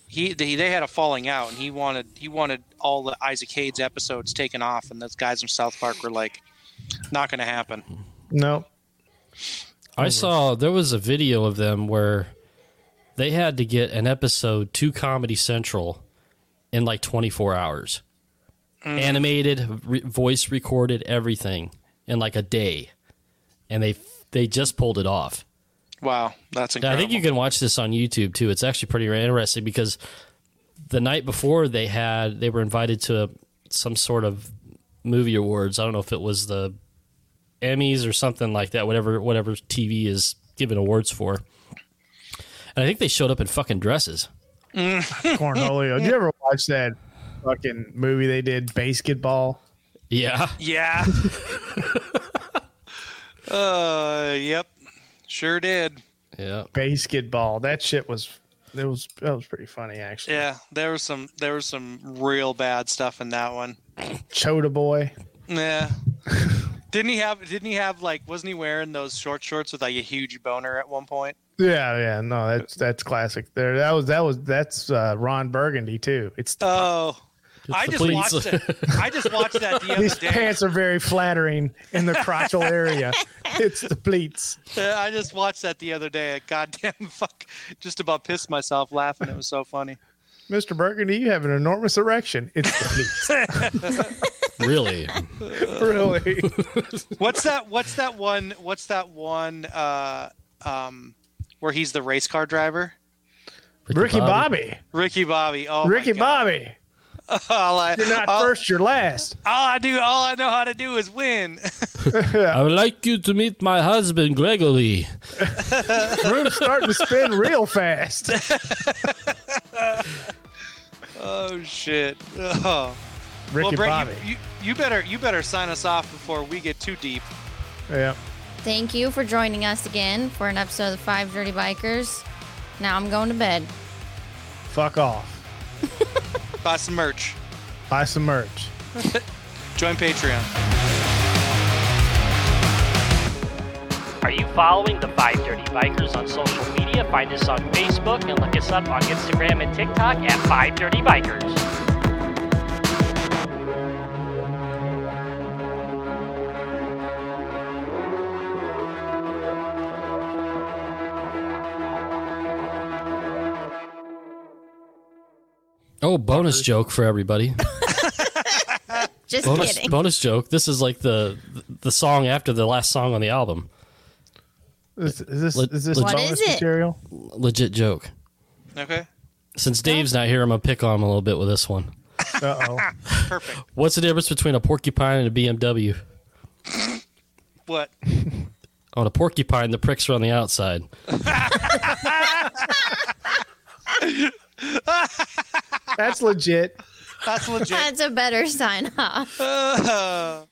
Speaker 2: he they, they had a falling out and he wanted he wanted all the Isaac Hayes episodes taken off and those guys from South Park were like not going to happen.
Speaker 4: No.
Speaker 1: I saw there was a video of them where they had to get an episode to Comedy Central in like 24 hours, Mm. animated, re- voice recorded, everything in like a day, and they they just pulled it off.
Speaker 2: Wow, that's
Speaker 1: Now, I
Speaker 2: incredible.
Speaker 1: think you can watch this on YouTube too. It's actually pretty interesting because the night before they had they were invited to some sort of movie awards. I don't know if it was the Emmys or something like that. Whatever whatever TV is giving awards for. And I think they showed up in fucking dresses.
Speaker 4: Cornholio. Did you ever watch that fucking movie they did, Basketball?
Speaker 1: Yeah,
Speaker 2: Yeah. uh, yep. Sure did.
Speaker 1: yeah.
Speaker 4: Basketball. That shit was it was that was pretty funny actually.
Speaker 2: Yeah, there was some there was some real bad stuff in that one.
Speaker 4: Chota boy.
Speaker 2: Yeah. didn't he have didn't he have like wasn't he wearing those short shorts with like a huge boner at one point?
Speaker 4: Yeah, yeah, no, that's that's classic. There, that was that was that's uh, Ron Burgundy too. It's
Speaker 2: Oh. I
Speaker 1: the
Speaker 2: just
Speaker 1: police.
Speaker 2: watched it. I just watched that the other
Speaker 4: These
Speaker 2: day.
Speaker 4: pants are very flattering in the crotchal area. It's the pleats.
Speaker 2: Uh, I just watched that the other day. Goddamn fuck. Just about pissed myself laughing. It was so funny.
Speaker 4: Mr. Burgundy, you have an enormous erection. It's the pleats.
Speaker 1: Really?
Speaker 4: really?
Speaker 2: What's that? What's that one? What's that one? Uh, um, where he's the race car driver,
Speaker 4: Ricky Bobby.
Speaker 2: Ricky Bobby. Oh, my
Speaker 4: Ricky
Speaker 2: God. Oh.
Speaker 4: Bobby.
Speaker 2: All I,
Speaker 4: You're not
Speaker 2: all,
Speaker 4: first, you're last.
Speaker 2: all I do, all I know how to do is win.
Speaker 1: I would like you to meet my husband Gregory.
Speaker 4: Room's starting to spin real fast.
Speaker 2: oh shit. Oh.
Speaker 4: Ricky
Speaker 2: well, Brent,
Speaker 4: Bobby.
Speaker 2: You, you, you better you better sign us off before we get too deep.
Speaker 4: yeah.
Speaker 3: Thank you for joining us again for an episode of the Five Dirty Bikers. Now I'm going to bed.
Speaker 4: Fuck off.
Speaker 2: Buy some merch.
Speaker 4: Buy some merch.
Speaker 2: Join Patreon.
Speaker 5: Are you following the Five Dirty Bikers on social media? Find us on Facebook and look us up on Instagram and TikTok at Five Dirty Bikers.
Speaker 1: Oh, bonus joke for everybody.
Speaker 3: Just
Speaker 1: bonus
Speaker 3: kidding.
Speaker 1: bonus joke. This is like the the song after the last song on the album.
Speaker 4: Is, is this
Speaker 1: What
Speaker 4: is this
Speaker 1: is
Speaker 4: bonus
Speaker 3: it?
Speaker 4: material?
Speaker 1: Legit joke.
Speaker 2: Okay.
Speaker 1: Since Dave's not here, I'm gonna pick on him a little bit with this one.
Speaker 4: Uh oh.
Speaker 2: Perfect.
Speaker 1: What's the difference between a porcupine and a BMW?
Speaker 2: What?
Speaker 1: On a porcupine, the pricks are on the outside.
Speaker 4: That's legit.
Speaker 2: That's legit.
Speaker 3: That's a better sign off.
Speaker 2: Uh,